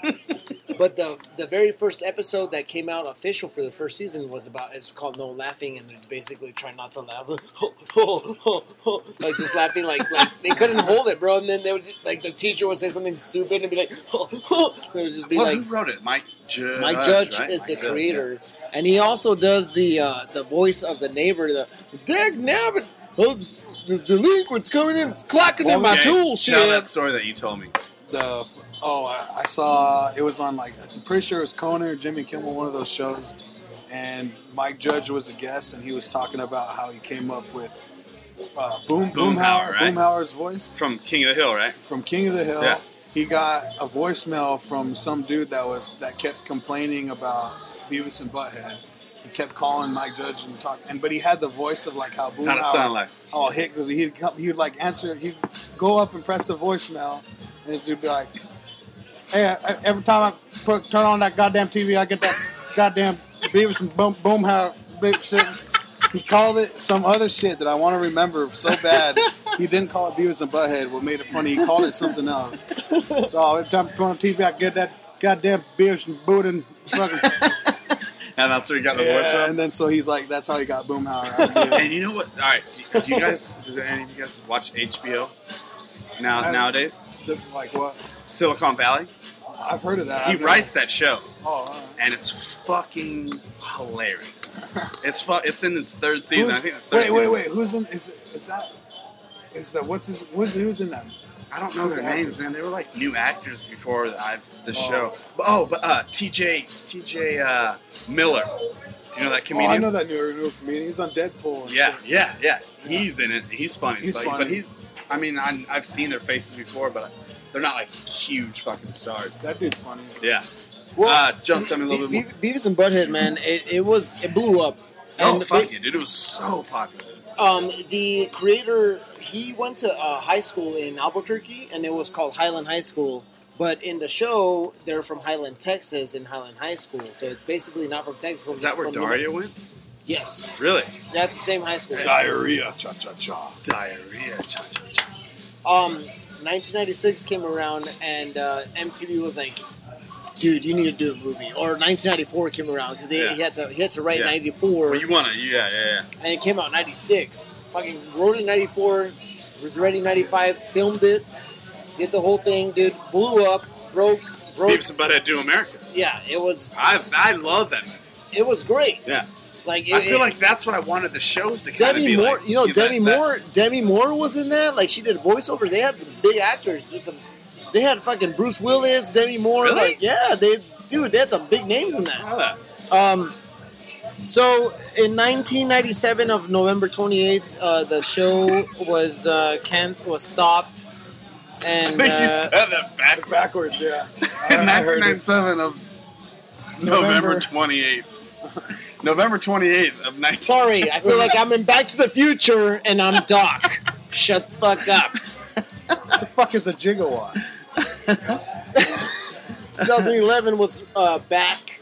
D: but the the very first episode that came out official for the first season was about it's called No Laughing and it's basically trying not to laugh like just laughing like like they couldn't hold it, bro. And then they would just, like the teacher would say something stupid and be like they would just be
F: Well,
D: like
F: who wrote it? Mike Judge.
D: Mike Judge
F: right?
D: is the
F: Mike Judge,
D: creator, and he also does the uh, the voice of the neighbor, the Dag Nabbit. Oh, this delinquent's coming in, clocking in my
F: Okay,
D: tool
F: Tell
D: shed.
F: that story that you told me.
C: the oh I, I saw it was on like I'm pretty sure it was Conan or Jimmy Kimmel one of those shows, and Mike Judge was a guest and he was talking about how he came up with uh, Boom
F: Boomhauer,
C: Boomhauer
F: right?
C: Boomhauer's voice
F: From King of the Hill, right?
C: from King of the Hill.
F: Yeah.
C: He got a voicemail from some dude that was that kept complaining about Beavis and Butthead. He kept calling Mike Judge and talking, and but he had the voice of like how Boomhauer
F: How'd it sound like?
C: Oh, hit because he'd come, he'd like answer, he'd go up and press the voicemail, and this dude'd be like, "Hey, I- every time I put, turn on that goddamn TV, I get that goddamn Beavis and Boom Boomhauer big shit." He called it some other shit that I want to remember so bad. he didn't call it Beavis and Butthead. What made it funny? He called it something else. So every time I turn on TV, I get that goddamn Beavis and Boot and fucking.
F: And that's where you got the voice
C: Yeah,
F: from.
C: and then so he's like, "That's how he got Boomhauer."
F: And you know what? All right, do, do you guys? Does any of you guys watch HBO now
C: I-
F: nowadays?
C: like what?
F: Silicon Valley.
C: I've heard of that.
F: He
C: I've never-
F: writes that show,
C: Oh, all right.
F: and it's fucking hilarious. It's fu- It's in its third season.
C: Who's-
F: I think. The
C: wait,
F: third
C: wait,
F: season.
C: wait. Who's in? Is is that? Is that what's his? Who's who's in that? Oh,
F: I don't know
C: Who's
F: their
C: the
F: names,
C: actors?
F: man. They were like new actors before I, the
C: Oh.
F: show. But, oh, but uh, TJ TJ uh, Miller. Do you know that comedian?
C: Oh, I know that new, new comedian. He's on Deadpool. And
F: Yeah,
C: shit.
F: yeah, yeah. He's in it. He's funny. as
C: He's
F: fuck.
C: funny.
F: But he's. I mean, i I've seen their faces before, but they're not like huge fucking stars.
C: that dude's funny.
F: Yeah.
D: Well,
F: uh, Joe, tell me a little
D: Be-
F: bit more.
D: Be- Beavis and Butthead, man, it, it was it blew up.
F: Oh
D: And
F: fuck
D: it-
F: you, dude! It was so popular.
D: um, the creator he went to uh, high school in Albuquerque, and it was called Highland High School. But in the show, they're from Highland, Texas, in Highland High School. So it's basically not from Texas. From
F: Is that where
D: from-
F: Daria went?
D: Yes,
F: Really?
D: that's the same high school.
C: Diarrhea, cha cha cha.
F: Diarrhea. Cha cha cha.
D: Um, 1996 came around, and uh, MTV was like, "Dude, you need to do a movie." Or 1994 came around because
F: Yeah.
D: he had to he had to write
F: Yeah.
D: 94.
F: Well, you wanna? Yeah, yeah,
D: and it came out in 96. Fucking wrote in 94, was ready in 95, filmed it, did the whole thing, dude, blew up, broke,
F: yeah.
D: broke.
F: Beavis and Butthead do America.
D: Yeah, it was
F: I I love that. Movie.
D: it was great.
F: Yeah.
D: Like it,
F: I feel
D: it-
F: like that's what I wanted the shows to kind of
D: Demi
F: be
D: Moore,
F: like.
D: you know,
F: that-
D: Demi
F: that-
D: Moore, Demi Moore was in that. Like she did voiceovers. They had some big actors do some. They had fucking Bruce Willis, Demi Moore.
F: Really?
D: Like yeah, they dude, they had some big names in that.
F: I don't know.
D: Um, so in 1997 of November 28th, uh, the show was uh, can was stopped,
F: I
D: and
F: think you
D: uh,
F: said that back.
C: Backwards, yeah. I,
F: In
C: I heard it.
F: 1997 of November 28th. November 28th of 19.
D: sorry, I feel like I'm in Back to the Future and I'm Doc. Shut the fuck up.
C: What the fuck is a gigawatt?
D: 2011 was uh, back.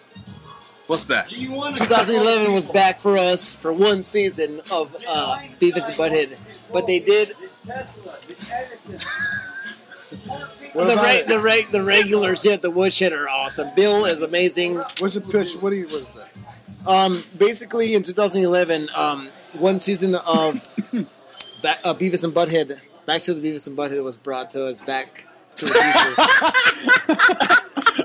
F: What's that?
D: 2011 was back for us for one season of uh, Beavis and Butthead, but they did
C: What
D: the
C: about
D: re-
C: it?
D: the re- the regulars here at the woodshed are awesome. Bill is amazing.
C: What's the pitch? What do you? What is that?
D: Um, basically, in 2011, um, one season of Ba- uh, Beavis and Butthead, Back to the Beavis and Butthead, was brought to us back to the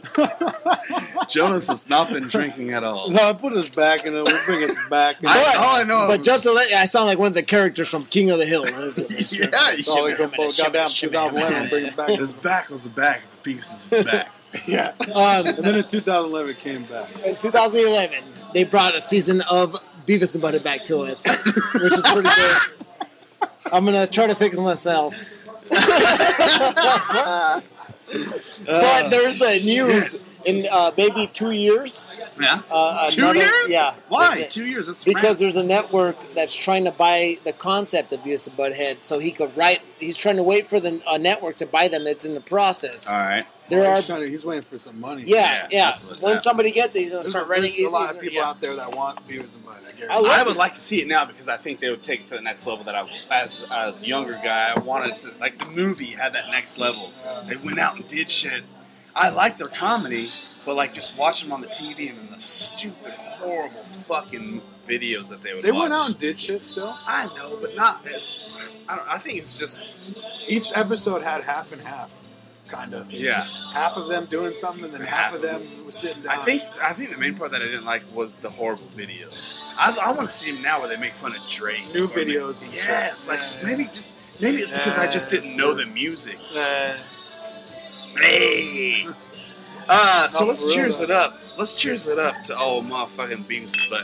D: future.
F: Jonas has not been drinking at all.
C: No, I put us back in it. We bring us back. In
F: I, all I know.
D: but just to let I sound like one of the characters from King of the Hill.
F: yeah, you
C: It's all we
F: should.
C: can pull. Goddamn, 2011. and Bring it back.
F: His back was the back of the piece's back.
C: yeah.
D: Um,
C: And then in 2011 came back.
D: in 2011, they brought a season of Beavis and Butthead back to us, which is pretty good. I'm gonna try to fix myself. but there's a news in uh, maybe two years.
F: yeah.
D: Uh,
F: Two
D: another-
F: years?
D: Yeah.
F: Why?
D: There's a-
F: Two years? That's
D: Because
F: random.
D: there's a network that's trying to buy the concept of Beavis and Butthead, so he could write. He's trying to wait for the uh, network to buy them. It's in the process.
F: All right.
D: There are,
C: Uh, oh, he's, trying to- he's waiting for some money.
D: yeah, yeah.
F: Yeah, that's what's
D: When
F: happening.
D: somebody gets it, he's gonna
C: There's,
D: start
C: a,
D: writing.
C: there's a lot of
D: he's-
C: people out there that want Beavis and Butthead. I guarantee.
D: I love-
F: I would like to see it now because I think they would take it to the next level. That I, as a younger guy, I wanted to like the movie had that next level. They went out and did shit. I liked their comedy, but like just watching them on the TV and then the stupid, horrible fucking videos that they would.
C: They
F: watch.
C: went out and did shit still.
F: I know, but not as. I, don't, I think it's just
C: Each episode had half and half. kind of.
F: Yeah.
C: Half of them doing something, and then half of them was sitting down.
F: I think I think the main part that I didn't like was the horrible videos. I, I want to see them now where they make fun of Drake.
C: New
F: Where they-
C: videos and stuff.
F: yes, like
C: Yeah.
F: maybe just maybe it's because I just
C: Yeah,
F: didn't
C: it's
F: know
C: good.
F: the music.
C: Uh,
F: Hey.
D: Ah,
F: Uh, so
C: Not
F: let's
C: for real,
F: cheers
C: though.
F: it up. Let's cheers it up to old motherfucking Beavis' butt.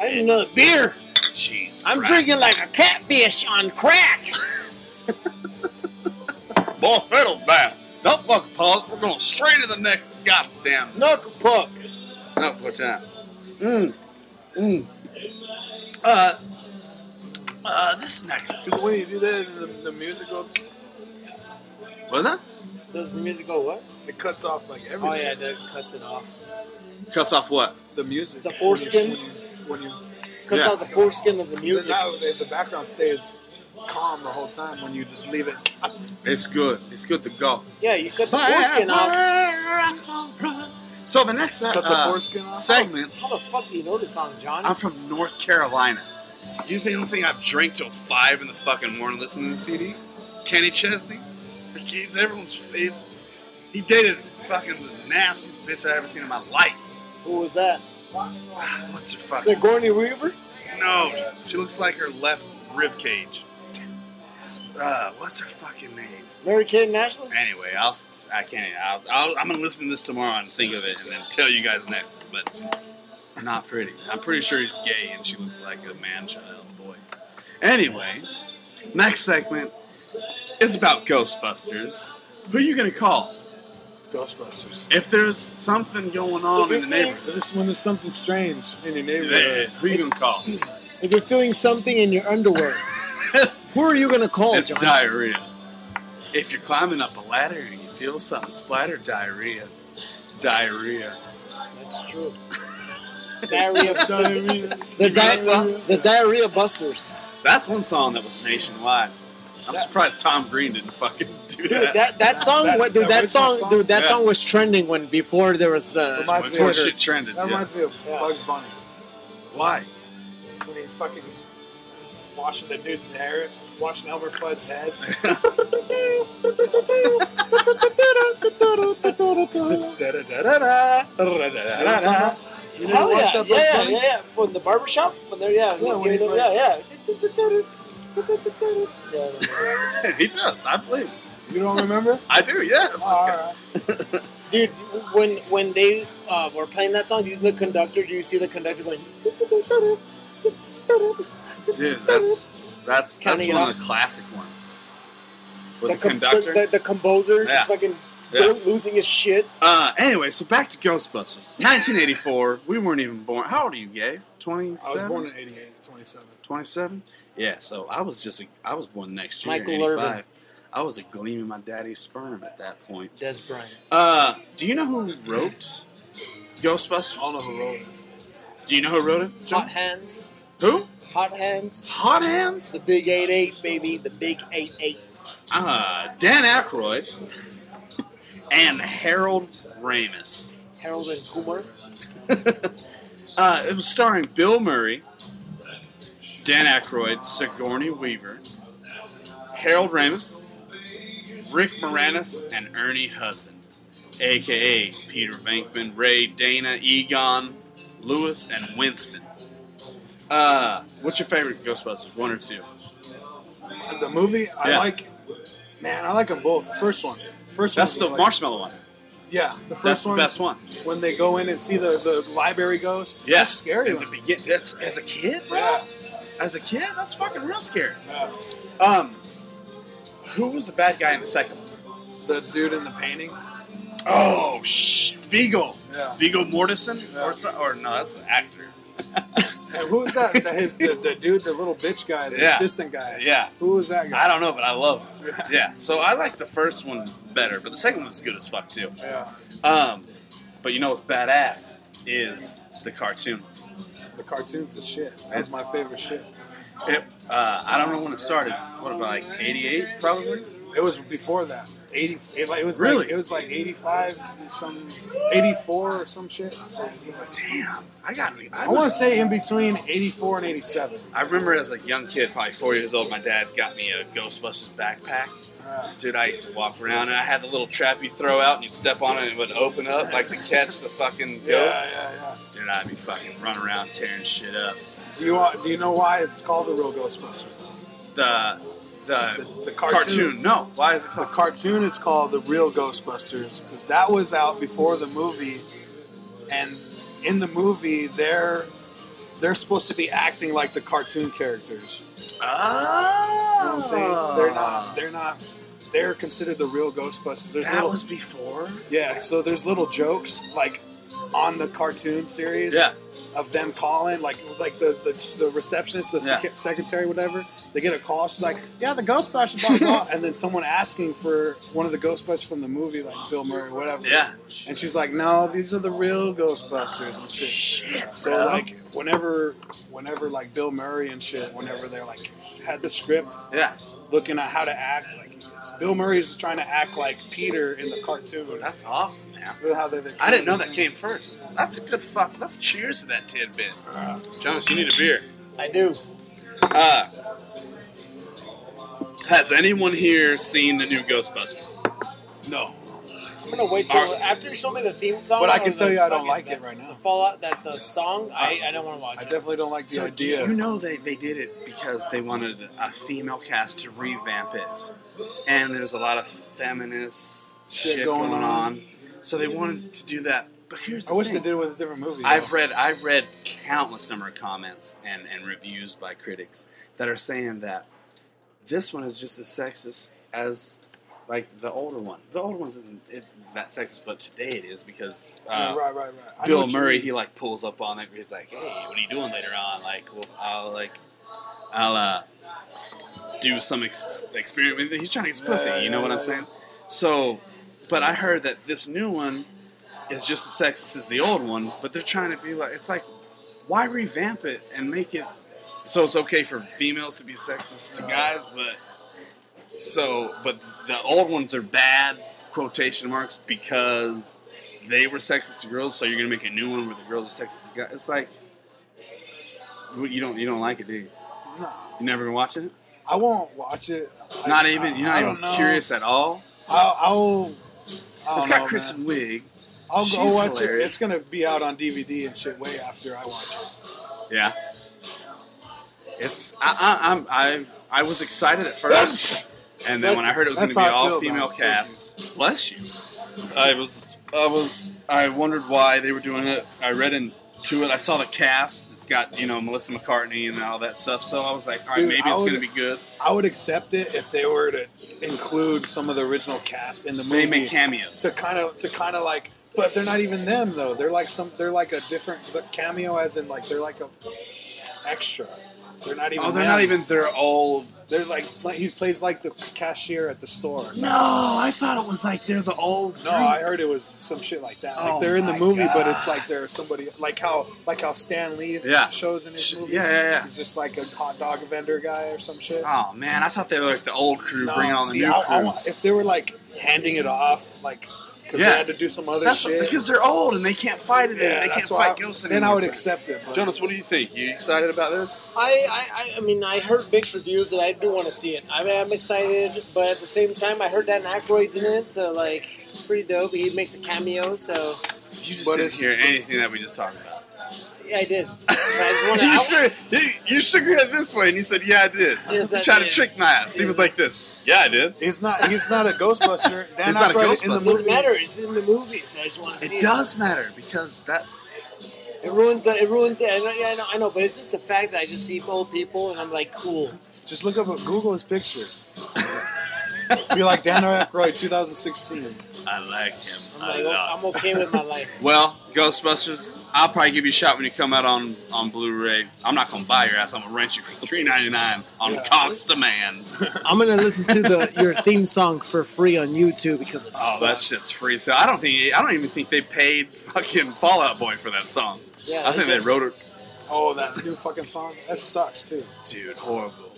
D: I need another beer.
F: Jeez,
D: I'm
F: Christ.
D: drinking like a catfish on crack.
F: Boy, pedal back. Don't fucking pause. We're going straight to the next goddamn.
D: Knuckle puck.
F: No, what time?
D: Mm. Mm.
F: Uh, uh, this next.
C: Because when you do that, the, the music goes,
F: Was that?
D: Does the music go what?
C: it cuts off like everything.
D: Oh yeah, that cuts it off.
F: Cuts off what?
C: The music.
D: The foreskin?
C: When you, when you,
D: Cuts
F: Yeah.
D: out the foreskin of the
C: when you
D: music.
C: now the, the background stays calm the whole time when you just leave it.
F: It's good. It's good to go.
D: Yeah, you cut the foreskin off.
F: So the next uh,
C: Cut the
D: Uh-huh.
C: foreskin off.
F: segment,
D: How the fuck do you know this song, John?
F: I'm from North Carolina. You think, don't think I've drank till five in the fucking morning listening to the CD? Kenny Chesney? He's everyone's. He's, he dated fucking the nastiest bitch I ever seen in my life.
D: Who was that?
F: What's her fucking?
D: Sigourney Weaver?
F: No, she looks like her left rib cage. Uh, what's her fucking name?
D: Mary Kay and Ashley?
F: Anyway, I'll s- I can't. I'll, I'll, I'm gonna listen to this tomorrow and think of it, and then tell you guys next. But she's not pretty. I'm pretty sure he's gay, and she looks like a man-child boy. Anyway, next segment is about Ghostbusters. Who are you gonna call
C: Ghostbusters.
F: if there's something going on in the neighborhood?
C: This when there's something strange in your
F: eh,
C: neighborhood.
F: Who you gonna call?
D: If you're feeling something in your underwear, who are you gonna call,
F: It's
D: John?
F: diarrhea. If you're climbing up a ladder and you feel something splatter, diarrhea. Diarrhea.
D: That's true. diarrhea.
C: Diarrhea.
D: The,
F: You got
D: di-
F: some?
D: the diarrhea busters.
F: That's one song that was nationwide. I'm surprised Tom Green didn't fucking do
D: Dude,
F: that.
D: that, that song,
C: That's
D: what, dude,
C: the
D: that
C: original
D: song,
C: song?
D: dude, that
F: Yeah.
D: song was trending when before there was uh,
C: Reminds
F: That's
C: me
F: where
C: of-
F: shit trended.
C: That
F: yeah.
C: reminds me of Bugs Bunny
F: Why?
C: when he's fucking washing the dude's hair, washing Elmer Fudd's head.
F: Da-da-da-da-da.
C: You
D: Hell
C: watch
D: Oh,
C: that
D: yeah,
C: Bugs
D: yeah,
C: Bunny?
D: yeah, yeah. From the barbershop? When they're, yeah,
C: Yeah,
D: yeah,
C: when he's
D: yeah, yeah. yeah.
F: he does. I believe. it.
C: You don't remember?
F: I do. Yeah.
C: oh, all right.
D: Dude, when when they uh, were playing that song, the conductor, do you see the conductor going?
F: Dude, that's that's
D: Counting
F: that's
D: it
F: one
D: off.
F: of the classic ones. With the,
D: com-
F: conductor.
D: the, the composer,
F: Yeah.
D: just fucking
F: Yeah.
D: lo- losing his shit.
F: Uh, anyway, so back to Ghostbusters. 1984. we weren't even born. How old are you, Gay? 27?
C: I was born in 88, 27.
F: 27? Yeah, so I was just, a, I was born next year.
D: Michael
F: in 85.
D: Irvin.
F: I was a gleam in my daddy's sperm at that point.
D: Des Bryant.
F: Uh, do you know who wrote Ghostbusters?
C: I don't know who wrote it.
F: Do you know who wrote it?
D: Hot
F: Jones?
D: hands.
F: Who?
D: Hot hands.
F: Hot Hands?
D: The big eight eight, baby. The big eight eight.
F: Uh, Dan Aykroyd and Harold Ramis.
D: Harold and Kumar.
F: Uh, it was starring Bill Murray, Dan Aykroyd, Sigourney Weaver, Harold Ramis, Rick Moranis, and Ernie Hudson, aka Peter Venkman, Ray, Dana, Egon, Lewis, and Winston. Uh, what's your favorite Ghostbusters? One or two?
C: The movie, I
F: Yeah.
C: like, man, I like them both. The first one. First
F: That's
C: one
F: the
C: was like-
F: marshmallow one.
C: Yeah, the first
F: That's the
C: one.
F: best one.
C: When they go in and see the, the library ghost.
F: Yeah,
C: That's scary.
F: At the begin- that's as a kid, bro.
C: Yeah.
F: As a kid, that's fucking real scary.
C: Yeah.
F: Um, who was the bad guy in the second? one?
C: The dude in the painting.
F: Oh, sh- Vigo.
C: Yeah.
F: Vigo Mortensen,
C: Yeah.
F: or, so, or no, that's an actor.
C: And who was that? the, his, the, the dude, the little bitch guy, the
F: Yeah.
C: assistant guy.
F: Yeah.
C: Who was that guy?
F: I don't know, but I love it. Yeah, so I like the first one better, but the second one was good as fuck too.
C: Yeah.
F: Um, but you know what's badass is the cartoon.
C: The cartoons, the shit. That was my favorite shit.
F: It, uh, I don't know when it started. What about like '88, probably?
C: It was before that. 80, it, like- it was
F: Really?
C: Like, it was like 85, or some 84 or some shit.
F: Damn, I got.
C: I want to say in between 84 and 87.
F: I remember as a young kid, probably four years old, my dad got me a Ghostbusters backpack, Dude, I used to walk around and I had the little trap you throw out and you'd step on it and it would open up like to catch the fucking ghost.
C: yeah, yeah.
F: Dude, I'd be fucking running around tearing shit up.
C: Do you want, do you know why it's called the real Ghostbusters?
F: The the,
C: The, the
F: cartoon.
C: cartoon.
F: No, why is it
C: The
F: called?
C: cartoon is called the real Ghostbusters because that was out before the movie, and in the movie they're they're supposed to be acting like the cartoon characters.
F: Oh.
C: You know what I'm saying? They're not. They're not. They're considered the real Ghostbusters. There's
F: Ah. that
C: little,
F: was before.
C: yeah. So there's little jokes like on the cartoon series.
F: Yeah,
C: of them calling, like like the the, the receptionist, the sec- secretary, whatever. They get a call. She's like, "Yeah, the Ghostbusters," blah, blah. and then someone asking for one of the Ghostbusters from the movie, like Bill Murray, whatever.
F: yeah.
C: And she's like, "No, these are the real Ghostbusters and shit." so
F: bro.
C: like, whenever whenever like Bill Murray and shit, whenever they're like had the script
F: Yeah,
C: looking at how to act, like it's Bill Murray's trying to act like Peter in the cartoon.
F: that's awesome, man.
C: how they, they
F: I didn't know that came first. That's a good fuck. Let's cheers to that tidbit.
C: Uh,
F: Jonas, you need a beer.
D: I do.
F: Uh, has anyone here seen the new Ghostbusters?
C: No,
D: I'm gonna wait till
F: Alright.
D: after you show me the theme song.
C: But I
D: or
C: can
F: Oh,
D: the
C: tell you I don't
D: fucking-
C: like
D: that-
C: it right now.
D: The fallout that the song, I, I don't want to watch
C: I
D: it.
C: definitely don't like the idea.
F: You know they, they did it because they wanted a female cast to revamp it. And there's a lot of feminist shit,
C: Shit
F: going,
C: going
F: on.
C: on.
F: So they wanted to do that. But here's the
C: I wish
F: thing.
C: they did it with a different movie.
F: I've
C: though.
F: read I've read countless number of comments and, and reviews by critics that are saying that this one is just as sexist as like the older one. The older one's isn't it, that sexist, but today it is because
C: Yeah,
F: uh,
C: right, right, right. I know
F: Bill
C: what you
F: Murray
C: mean.
F: he like pulls up on it. He's like, "Hey, what are you doing later on?" Like, well, I'll like I'll uh, do some ex- experiment. with it." He's trying to explicit.
C: Yeah,
F: you know
C: yeah,
F: what I'm
C: yeah,
F: saying? So, but I heard that this new one is just as sexist as the old one, but they're trying to be like, it's like, why revamp it and make it so it's okay for females to be sexist to guys, but so, but the old ones are bad quotation marks because they were sexist to girls, so you're gonna make a new one where the girls are sexist to guys. It's like, you don't, you don't like it, do you?
C: No,
F: You never been watching it?
C: I won't watch it. Like,
F: Not even, you're
C: I
F: not
C: don't
F: even
C: know.
F: curious at all.
C: I'll. I'll I
F: It's
C: don't
F: got
C: know,
F: Kristen
C: man.
F: Wiig.
C: I'll
F: She's
C: go watch it.
F: hilarious.
C: It's gonna be out on DVD and shit way after I watch it.
F: Yeah. It's I, I, I'm I I was excited at first, and then when I heard it was
C: That's-
F: going to be
C: that's how I feel
F: all female
C: about it. Thank
F: cast, bless you. I was I was I wondered why they were doing it. I read into it. I saw the cast. It's got you know Melissa McCartney and all that stuff. So I was like, all right,
C: Dude,
F: maybe
C: I
F: it's
C: would-
F: going to be good.
C: I would accept it if they were to include some of the original cast in the movie.
F: They make cameos.
C: to kind of to kind of like, but they're not even them though. They're like some. They're like a different but cameo, as in like they're like a extra. They're not even.
F: Oh, they're
C: them.
F: not even their old.
C: They're like play, he plays like the cashier at the store.
F: No, I thought it was like they're the old.
C: No, I heard it was some shit like that. Like
F: Oh
C: they're in the
F: my
C: movie, but
F: God.
C: it's like they're somebody like how like how Stan Lee
F: Yeah.
C: shows in his
F: Sh-
C: movies.
F: yeah, yeah, yeah.
C: He's just like a hot dog vendor guy or some shit.
F: Oh man, I thought they were like the old crew
C: No,
F: bringing on the
C: see,
F: new
C: I-
F: crew.
C: I want- if they were like handing it off, like because
F: Yeah.
C: they had to do some other
F: That's
C: shit.
F: because they're old and they can't fight it.
C: yeah,
F: they can't
C: that's why.
F: fight
C: I-
F: ghosts anymore.
C: then I would
F: so-
C: accept it. But
F: Jonas, what do you think? You excited about this?
D: I, I, I mean, I heard mixed reviews, and I do want to see it. I mean, I'm excited, but at the same time, I heard Dan Aykroyd's in it, so like, it's pretty dope. He makes a cameo, so
F: You just
C: But
F: didn't
C: it's-
F: hear anything that we just talked about.
D: yeah, I did. But I just want to.
F: you, should, you, you shook your head this way and you said, "Yeah, I did."
D: Yes,
F: you
D: I
F: tried to
D: did.
F: trick my ass. He was like this. Yeah, I did.
C: he's not. He's not a Ghostbuster. Dan
F: He's not a
C: Aykroyd in the
F: Ghostbuster.
D: it doesn't
C: movie.
D: matter. It's in the movie, so I just want to see it.
F: matter because that.
D: It ruins the. It ruins the. I know, yeah, I know, I know, but it's just the fact that I just see old people, and I'm like, cool.
C: Just look up Google his picture. Be like Dan Aykroyd, 2016.
F: I like him
D: I'm
F: a
D: like,
F: lot.
D: I'm okay with my life.
F: Well, Ghostbusters, I'll probably give you a shot when you come out on, on Blu-ray. I'm not gonna buy your ass. I'm gonna rent you for three ninety nine on
C: Yeah.
F: Cox Demand.
D: I'm gonna listen to the your theme song for free on YouTube because it's
F: Oh, that shit's free. So I don't think I don't even think they paid fucking Fallout Boy for that song.
D: Yeah,
F: I think
D: they
F: they wrote it,
C: Oh, that new fucking song. That sucks too.
F: dude. Horrible.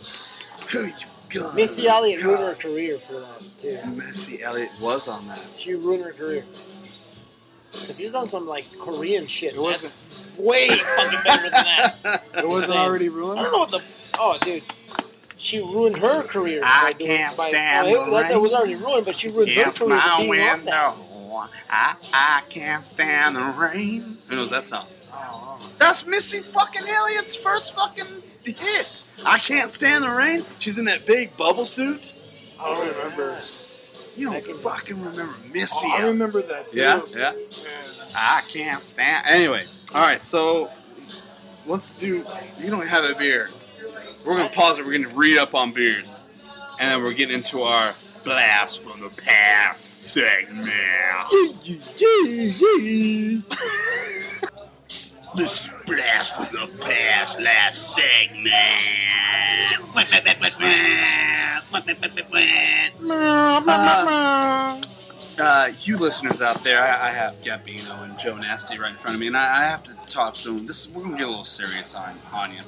F: Who you gonna?
D: Missy Elliott ruined her career for that too.
F: Missy Elliott was on that.
D: She ruined her career. Cause she's done some like Korean shit.
C: It wasn't-
D: That's way fucking better than that.
C: It wasn't
D: saying.
C: already
D: I
C: ruined.
D: don't know what the. Oh, dude. she ruined her career.
F: I
D: by doing-
F: can't
D: by-
F: stand
D: well, it- that's- It was
F: rain.
D: already ruined, but she ruined her
F: It's
D: career
F: my
D: by being on that.
F: window. I, I can't stand the rain. Who knows that song?
C: Oh,
F: That's Missy fucking Elliott's first fucking hit. I can't stand the rain. She's in that big bubble suit.
C: I don't remember.
F: You don't fucking remember Missy.
C: Oh, I
F: Elliott.
C: remember that. Too.
F: yeah, yeah.
C: Man.
F: I can't stand. Anyway, all right. So let's do. You don't have a beer. We're gonna pause it. We're gonna read up on beers, and then we're getting into our blast from the past segment. this is blast from the past last segment. Uh, you listeners out there, I, I have Gabino and Joe Nasty right in front of me, and I, I have to talk to them. This we're gonna get a little serious on on you.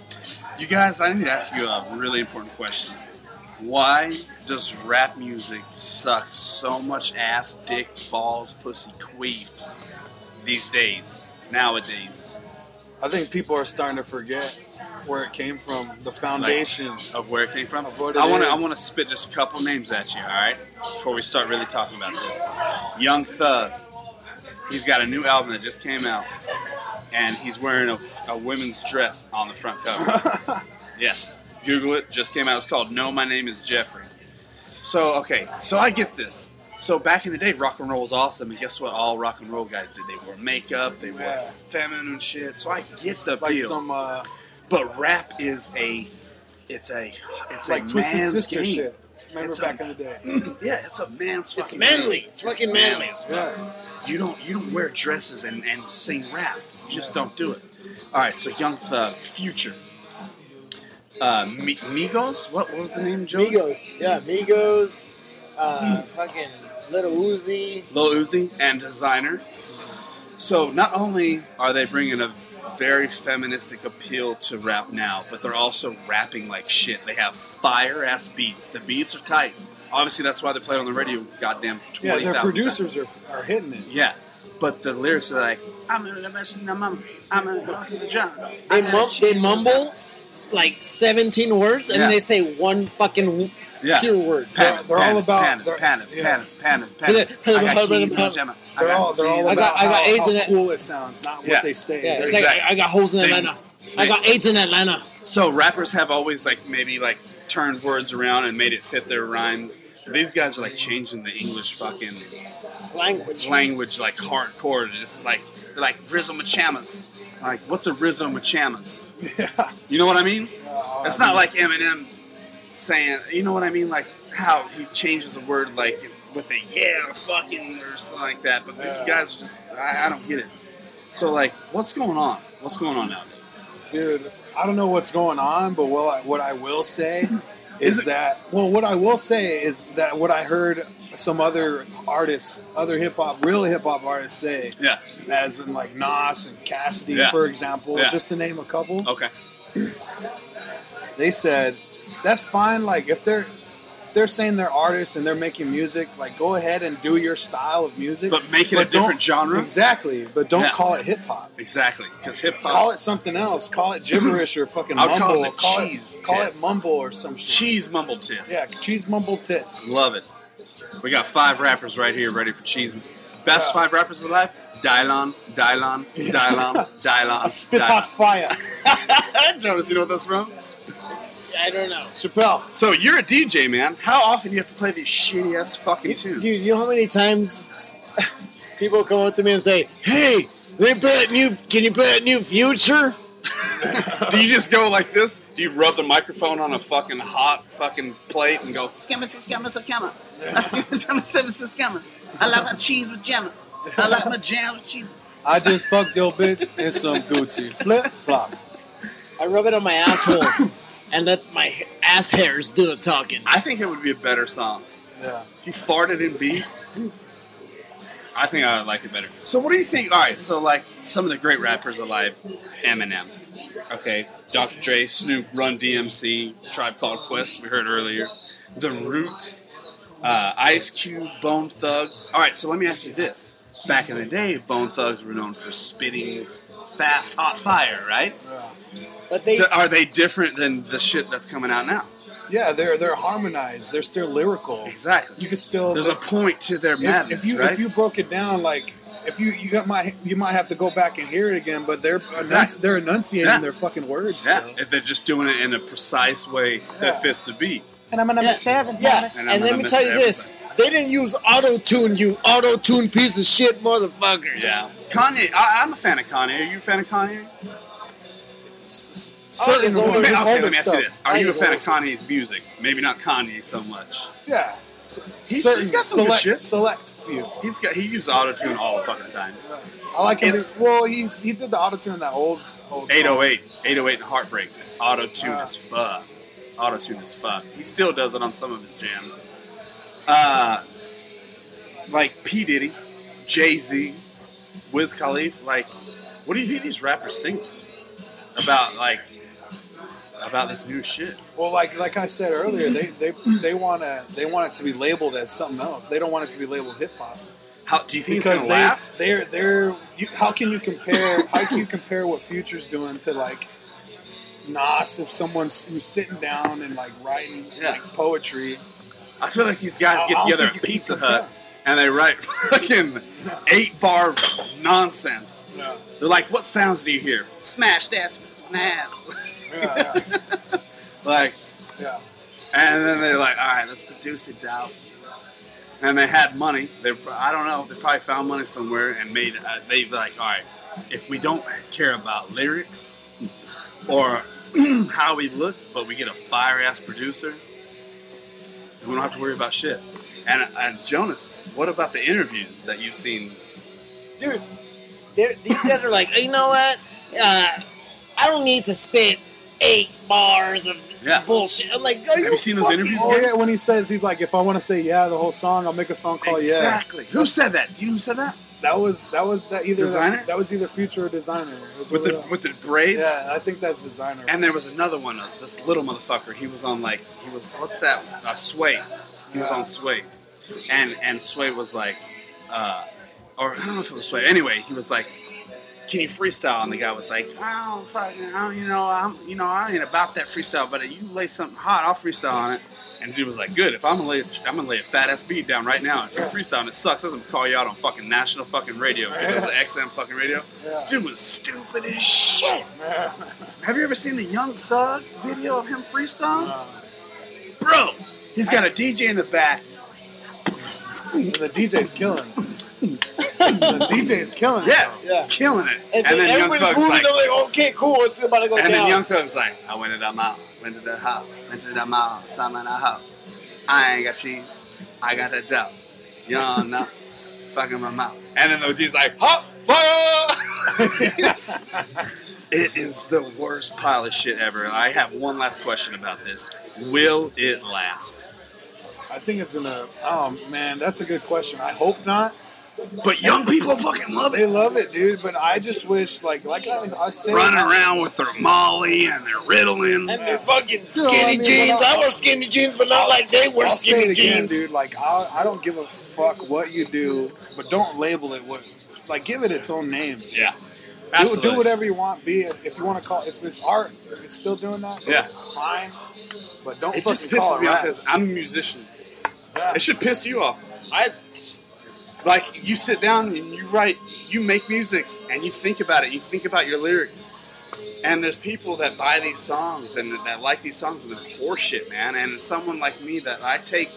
F: You guys, I need to ask you a really important question. Why does rap music suck so much ass, dick, balls, pussy, queef these days, nowadays,
C: I think people are starting to forget where it came from, the foundation.
F: of where it came from? I
C: Of what
F: want
C: it
F: to I
C: is.
F: want to spit just a couple names at you, all right? Before we start really talking about this, Young Thug, he's got a new album that just came out, and he's wearing a, a women's dress on the front cover. yes, Google it. Just came out. It's called "No, My Name Is Jeffrey." So okay, so I get this. So back in the day, rock and roll was awesome, and guess what? All rock and roll guys did. They wore makeup, they wore
C: Yeah.
F: feminine shit. So I get the
C: like
F: appeal.
C: some uh,
F: But rap is a, it's a, it's
C: like
F: a
C: Twisted
F: man's
C: Sister
F: game.
C: shit. Remember
F: It's a-
C: back in the day?
F: Yeah, it's a man's.
D: It's
F: fucking
D: manly.
F: game.
D: It's fucking manly.
C: Yeah.
F: You don't, you don't wear dresses and and sing rap. You just don't do it. All right, so Young Thug, Future, uh, Mi- Migos. What, what was the name? Joe?
D: Migos, yeah, Migos, uh, fucking Little Uzi.
F: Lil Uzi and Designer. So not only are they bringing a very feministic appeal to rap now, but they're also rapping like shit. They have fire ass beats. The beats are tight. Obviously, that's why they play it on the radio. Goddamn,
C: Yeah,
F: twenty thousand.
C: their
F: times.
C: producers are, are hitting it.
F: Yeah, but the lyrics are like, "I'm in the best in the mum, I'm in the best in the drum."
D: They, mum- they mumble like 17 words and
F: Yeah.
D: they say one fucking w-
F: Yeah.
D: pure word.
F: Panic,
C: They're all
F: panic,
C: about-
F: panic,
C: they're-
F: panic,
C: yeah.
F: panic, panic, panic. I got keys, no Gemma. I
C: They're
F: got
C: all they're all about
F: keys.
D: I got- I got
C: how,
D: AIDS in
C: how
D: it.
C: cool it sounds, not what
F: Yeah.
C: they say.
D: Yeah, it's
C: They're-
D: like I, I got holes in
F: They-
D: Atlanta. I got AIDS in Atlanta.
F: So rappers have always like maybe like turned words around and made it fit their rhymes. These guys are like changing the English fucking
D: Language.
F: language like hardcore. It's Just like they're like Rizzo Machamas. Like what's a Rizzo Machamas?
C: yeah.
F: You know what I mean?
C: Uh,
F: It's not like Eminem saying. You know what I mean? Like how he changes a word like with a yeah fucking or something like that. But these
C: Yeah.
F: guys are just I, I don't get it. So like what's going on? What's going on nowadays?
C: Dude, I don't know what's going on, but what I, what I will say is,
F: Is it-
C: that well, what I will say is that what I heard some other artists, other hip hop, real hip hop artists say,
F: Yeah.
C: as in like Nas and Cassidy,
F: Yeah.
C: for example,
F: Yeah. Oh.
C: just to name a couple.
F: Okay.
C: They said that's fine. Like if they're if they're saying they're artists and they're making music, like go ahead and do your style of music,
F: But make it a
C: don't-
F: different genre?
C: Exactly, but don't
F: Yeah.
C: call it hip hop.
F: Exactly. Because hip hop.
C: Call it something else. Call it gibberish or fucking
F: I would call
C: mumble.
F: it cheese
C: call
F: tits.
C: it mumble or some shit.
F: cheese mumble tits.
C: Yeah, cheese mumble tits.
F: Love it. We got five rappers right here ready for cheese. Best
C: Yeah.
F: five rappers alive? Dylon, Dylon, Dylon, Dylon.
C: I spit out fire.
F: Jonas, you know what that's from?
D: I don't know.
C: Chappelle.
F: So you're a DJ, man. How often do you have to play these shitty ass fucking tunes?
D: Dude, you know how many times people come up to me and say, "Hey, they bet new. Can you bet new future?"
F: do you just go like this? Do you rub the microphone on a fucking hot fucking plate and go?
G: Scammer, scammer, scammer. Scammer, scammer, scammer. I like my cheese with jam. I like my jam with cheese.
C: I just fucked your bitch in some Gucci flip flop.
D: I rub it on my asshole and let my ass hairs do the talking.
F: I think it would be a better song.
C: Yeah.
F: He farted in beat. I think I would like it better. So what do you think? All right, so like some of the great rappers alive, Eminem, okay, Dr. Dre, Snoop, Run DMC, Tribe Called Quest, we heard earlier, The Roots, uh, Ice Cube, Bone Thugs. All right, so let me ask you this: Back in the day, Bone Thugs were known for spitting fast, hot fire, right?
D: But they
F: Are they different than the shit that's coming out now?
H: Yeah, they're they're harmonized. They're still lyrical.
F: Exactly.
H: You can still
F: There's a point to their
H: if,
F: madness,
H: if you
F: right?
H: if you broke it down like if you you got my you might have to go back and hear it again, but they're enunci-
F: Exactly.
H: they're enunciating
F: Yeah.
H: their fucking words.
F: yeah,
H: Still.
F: if they're just doing it in a precise way
H: Yeah.
F: that fits the beat.
C: And I'm a number
D: Yeah.
C: seven.
D: Yeah,
F: And
D: and, let
F: I'm gonna
D: me
F: miss
D: tell you this: they didn't use auto tune. You auto tune piece of shit, motherfuckers.
F: Kanye. I, I'm a fan of Kanye. Are you a fan of Kanye?
H: S- s-
D: Oh,
H: certain
D: there's only-
F: Let me-
H: ones-
D: his
F: okay, let
D: older
F: me ask you
D: stuff.
F: this: Are
D: I
F: you a
D: his
F: fan
D: older
F: of Kanye's music? Maybe not Kanye so much.
H: yeah. S-
F: He's-
H: certain
F: he's got some good
H: select
F: shit.
H: select few.
F: He's got he used auto tune all the fucking time.
H: I like him.
F: It's-
H: well, he's he did the auto tune that old old song.
F: 808, 808 and Heartbreaks. Auto tune
H: Ah.
F: as fuck. Auto tune as fuck. He still does it on some of his jams. Uh, like P Diddy, Jay Z, Wiz Khalif. Like, what do you think these rappers think about like about this new shit?
H: Well, like like I said earlier, they they they want to they want it to be labeled as something else. They don't want it to be labeled hip hop
F: How do you think it's
H: because
F: gonna
H: they
F: last?
H: they're they're you, how can you compare how can you compare what Future's doing to like Nas if someone's who's sitting down and like writing
F: Yeah.
H: like poetry?
F: I feel like these guys
H: I- I
F: get
H: don't
F: together
H: think
F: at
H: you can
F: Pizza
H: compare.
F: Hut and they write fucking eight bar nonsense.
H: Yeah,
F: They're like, what sounds do you hear?
G: Smash that ass.
H: yeah, yeah.
F: Like,
H: yeah.
F: and then they're like, all right, let's produce it, Dow. And they had money. They, I don't know. They probably found money somewhere and made. Uh, they like, all right, if we don't care about lyrics or how we look, but we get a fire ass producer, we don't have to worry about shit. And, and Jonas, what about the interviews that you've seen
D: dude, they're- these guys are like, you know what? Uh, I don't need to spit eight bars of
F: Yeah.
D: bullshit. I'm like, are
F: Have you seen those
D: fucking-
F: interviews?
H: Oh yeah, when he says he's like, if I want to say yeah, the whole song, I'll make a song called yeah.
F: Exactly. Who said that? Do you know who said that?
H: That was that was that either
F: Designer?
H: that, was either Future or Designer. It was
F: With
H: one
F: the
H: of
F: with the braids.
H: uh, yeah, I think that's Designer.
F: And there was another one, uh, this little motherfucker. He was on like he was what's that? Uh, Sway. He was
H: Yeah.
F: on Sway, and and Sway was like, uh, or I don't know if it was Sway. Anyway, he was like, "Can you freestyle?" And the guy was like, "I don't fucking, I don't, you know, I'm, you know, I ain't about that freestyle. But if you lay something hot, I'll freestyle on it." And dude was like, "Good. If I'm gonna lay, a, I'm gonna lay a fat ass beat down right now. If you freestyle and it sucks, I'm gonna call you out on fucking national fucking radio because it was XM fucking radio."
H: Yeah.
F: Dude was stupid as shit. Have you ever seen the Young Thug video of him freestyle?
H: Uh,
F: Bro, he's got a DJ in the back.
H: and the DJ's killing. it. the DJ's killing. it.
F: Yeah,
D: Yeah.
F: killing it.
D: And, then, everybody's moving.
F: like,
D: I'm like, okay, cool. It's about to go
F: and
D: down.
F: then Young Thug's like, I went to that mall, went to the house, went to that mall, summon a hoe. I ain't got cheese, I got the dough. You don't know, fucking my mouth. And then the dude's like, hot fire! it is the worst pile of shit ever. I have one last question about this. Will it last?
H: I think it's gonna. Oh man, that's a good question. I hope not.
F: But young people fucking love
H: They
F: it.
H: love it, dude. But I just wish, like, like I, I said,
F: Running around with their Molly and their Ritalin.
D: and they're fucking
H: You know what
D: skinny
H: I mean?
D: jeans.
H: But I'll-
D: I wear skinny jeans, but not like they wear
H: I'll say it
D: skinny
H: again,
D: jeans.
H: dude. Like, I, I don't give a fuck what you do, but don't label it what. Like, give it its own name.
F: Yeah.
H: Do,
F: Absolutely.
H: do whatever you want. Be it if you want to call. If it's art, if it's still doing that.
F: Yeah.
H: Fine. But don't
F: It
H: fucking
F: just
H: call
F: pisses
H: it
F: me off
H: rap.
F: because I'm a musician.
H: Yeah.
F: It should piss you off.
D: I,
F: Like you sit down and you write, you make music, and you think about it. You think about your lyrics. And there's people that buy these songs and that like these songs and they're horseshit, man. And someone like me that I take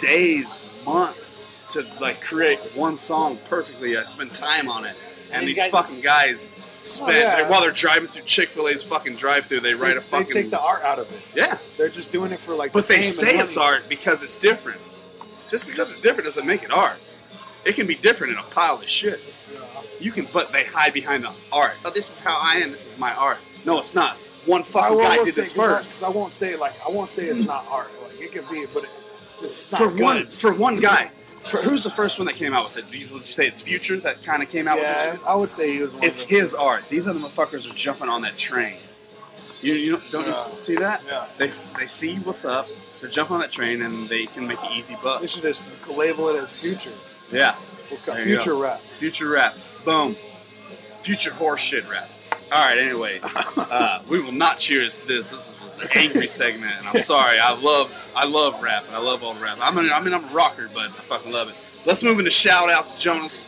F: days, months to like create one song perfectly. I spend time on it. And
D: These guys-
F: these fucking guys spend
H: Oh, yeah.
F: like, while they're driving through Chick Fil A's fucking drive-through, they write
H: They,
F: a fucking
H: they take the art out of it.
F: yeah.
H: They're just doing it for like.
F: But they
H: fame and
F: say
H: money.
F: it's art because it's different. Just because it's different doesn't make it art. It can be different in a pile of shit. You can, but they hide behind the art. Oh, this is how I am. This is my art. No, it's not. One
H: I
F: fucking
H: won't
F: guy did
H: say,
F: this
H: 'cause I-
F: first
H: 'cause I, won't say like I won't say it's not art. Like it could be, but it's just it's not
F: for
H: good.
F: one for one guy. For, who's the first one that came out with it? Do you, would you say it's Future that kind of came out with
H: Yeah,
F: this?
H: I would say he was one.
F: It's
H: of the,
F: his art. These other motherfuckers are jumping on that train. You, you don't, don't
H: Yeah.
F: you see that?
H: Yeah.
F: They they see what's up. They jump on that train and they can make an easy buck.
H: They should just label it as future,
F: Yeah. There you
H: future
F: go.
H: rap.
F: Future rap. Boom. Future horse shit rap. All right, anyway. uh, we will not cheers to this. This is angry segment, and I'm sorry. I love I love rap, and I love old rap. I mean, I mean, I'm a rocker, but I fucking love it. Let's move into shout outs, Jonas.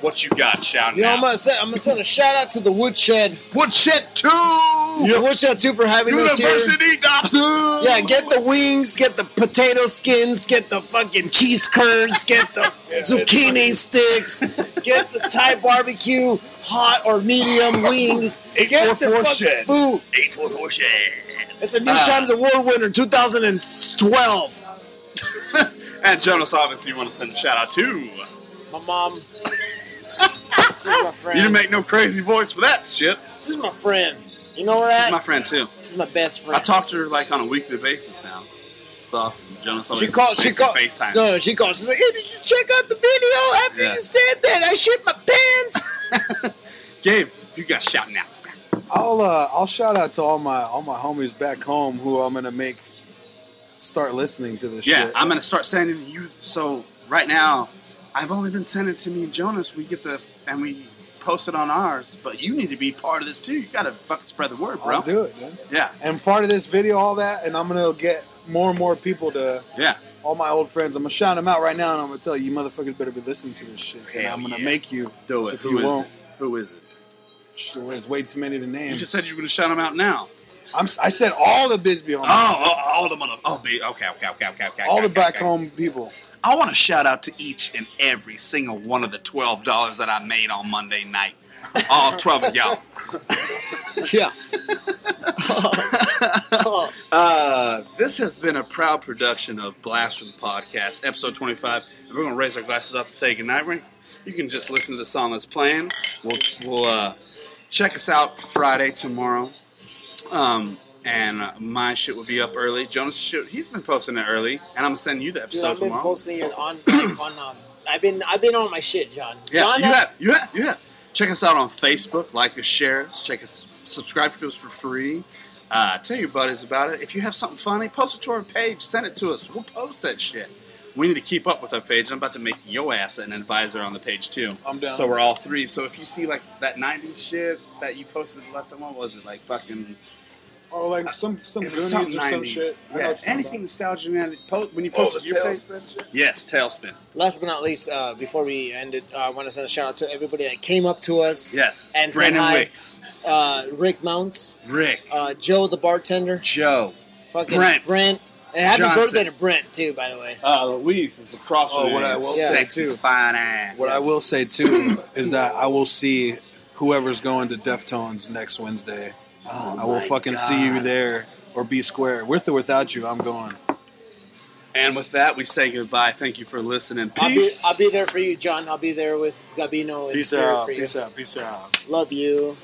F: What you got, shout
D: You know, I'm
F: out?
D: gonna send, I'm gonna send a shout out to the Woodshed.
F: Woodshed two.
D: The Woodshed too for having us here.
F: University Dobson.
D: Yeah, get the wings, get the potato skins, get the fucking cheese curds, get the zucchini sticks, get the Thai barbecue, hot or medium wings.
H: Eight
D: Get
H: four
D: the
H: four
D: fucking
H: shed.
D: food.
F: eight four four
D: It's a New
F: Ah.
D: Times Award winner, 2012.
F: And Jonas, obviously, you want to send a shout out to. You
D: My mom. She's my friend.
F: didn't make no crazy voice for that shit.
D: She's my friend. You know
F: She's my
D: that?
F: friend too.
D: She's my best friend.
F: I talk to her like on a weekly basis now. It's, it's awesome. Jonas always
D: She called. She
F: makes me
D: called.
F: FaceTime.
D: No, she called. She's like, "Hey, did you check out the video after
F: Yeah.
D: you said that? I shit my pants."
F: Gabe, you got shout now.
H: I'll uh, I'll shout out to all my all my homies back home who I'm gonna make start listening to this.
F: Yeah,
H: shit.
F: I'm gonna start sending you. So right now, I've only been sending to me and Jonas. We get the and we post it on ours, but you need to be part of this too. You gotta fucking spread the word, bro.
H: I'll do it. Man.
F: Yeah,
H: And part of this video, all that, and I'm gonna get more and more people to
F: yeah.
H: all my old friends. I'm gonna shout them out right now, and I'm gonna tell you, you motherfuckers better be listening to this shit. And
F: Hell
H: I'm gonna
F: yeah.
H: make you.
F: Do it.
H: If
F: Who
H: you
F: is
H: won't.
F: it? Who is it?
H: Shit, There's way too many to name.
F: You just said you were gonna shout them out now.
H: I'm, si said all the Bisbee homies,
F: Oh, oh, all the mother. Oh, be okay, okay, okay, okay, okay.
H: Um, all
F: okay,
H: the back
F: okay.
H: home people.
F: I want to shout out to each and every single one of the twelve dollars that I made on Monday night. All twelve of y'all.
D: yeah.
F: Uh, this has been a proud production of Blast from the Podcast, episode 25. And we're going to raise our glasses up and say goodnight. We're, you can just listen to the song that's playing. We'll, we'll uh, check us out Friday, tomorrow. Um, and uh, my shit will be up early. Jonas, shit, he's been posting it early. And I'm going to send you the
D: Dude,
F: episode
D: I've been
F: tomorrow.
D: posting it on like, on. Um, I've been I've been on my shit, John.
F: Yeah,
D: John
F: you
D: has-
F: have, you have, you have. Check us out on Facebook, like us, share us, check us, subscribe to us for free. Uh, tell your buddies about it. If you have something funny, post it to our page, send it to us. We'll post that shit. We need to keep up with our page. I'm about to make your ass an advisor on the page too.
H: I'm down.
F: So we're all three. So if you see like that '90s shit that you posted last time, what was it like? Fucking uh,
H: Or Oh, like some some
F: it was
H: Goonies
F: something
H: or some
F: 90s.
H: shit. I
F: Yeah,
H: know what you're talking Oh,
F: anything nostalgia, man. Po- when you
H: about.
F: post it to your page, yes, tailspin.
D: Last but not least, uh, before we end it, uh, I want to send a shout out to everybody that came up to us.
F: Yes,
D: And
F: Brandon
D: said hi.
F: Wicks,
D: Uh, Rick Mounts,
F: Rick,
D: uh, Joe the bartender,
F: Joe.
D: fucking
F: Brent.
D: Brent. And happy
F: Johnson.
D: birthday to Brent too, by the way.
F: Uh, Luis is across
H: Oh, what I will
D: say,
F: sexy,
H: too.
F: fine ass.
H: What I will say too is that I will see whoever's going to Deftones next Wednesday.
F: Oh,
H: I will
F: my
H: fucking
F: God.
H: see you there or be square. With or without you, I'm going.
F: And with that, we say goodbye. Thank you for listening.
D: I'll be,
F: Peace.
D: I'll be there for you, John. I'll be there with Gabino and
C: Peace
D: Spirit
C: out.
D: for you.
C: Peace out. Peace out.
D: Love you.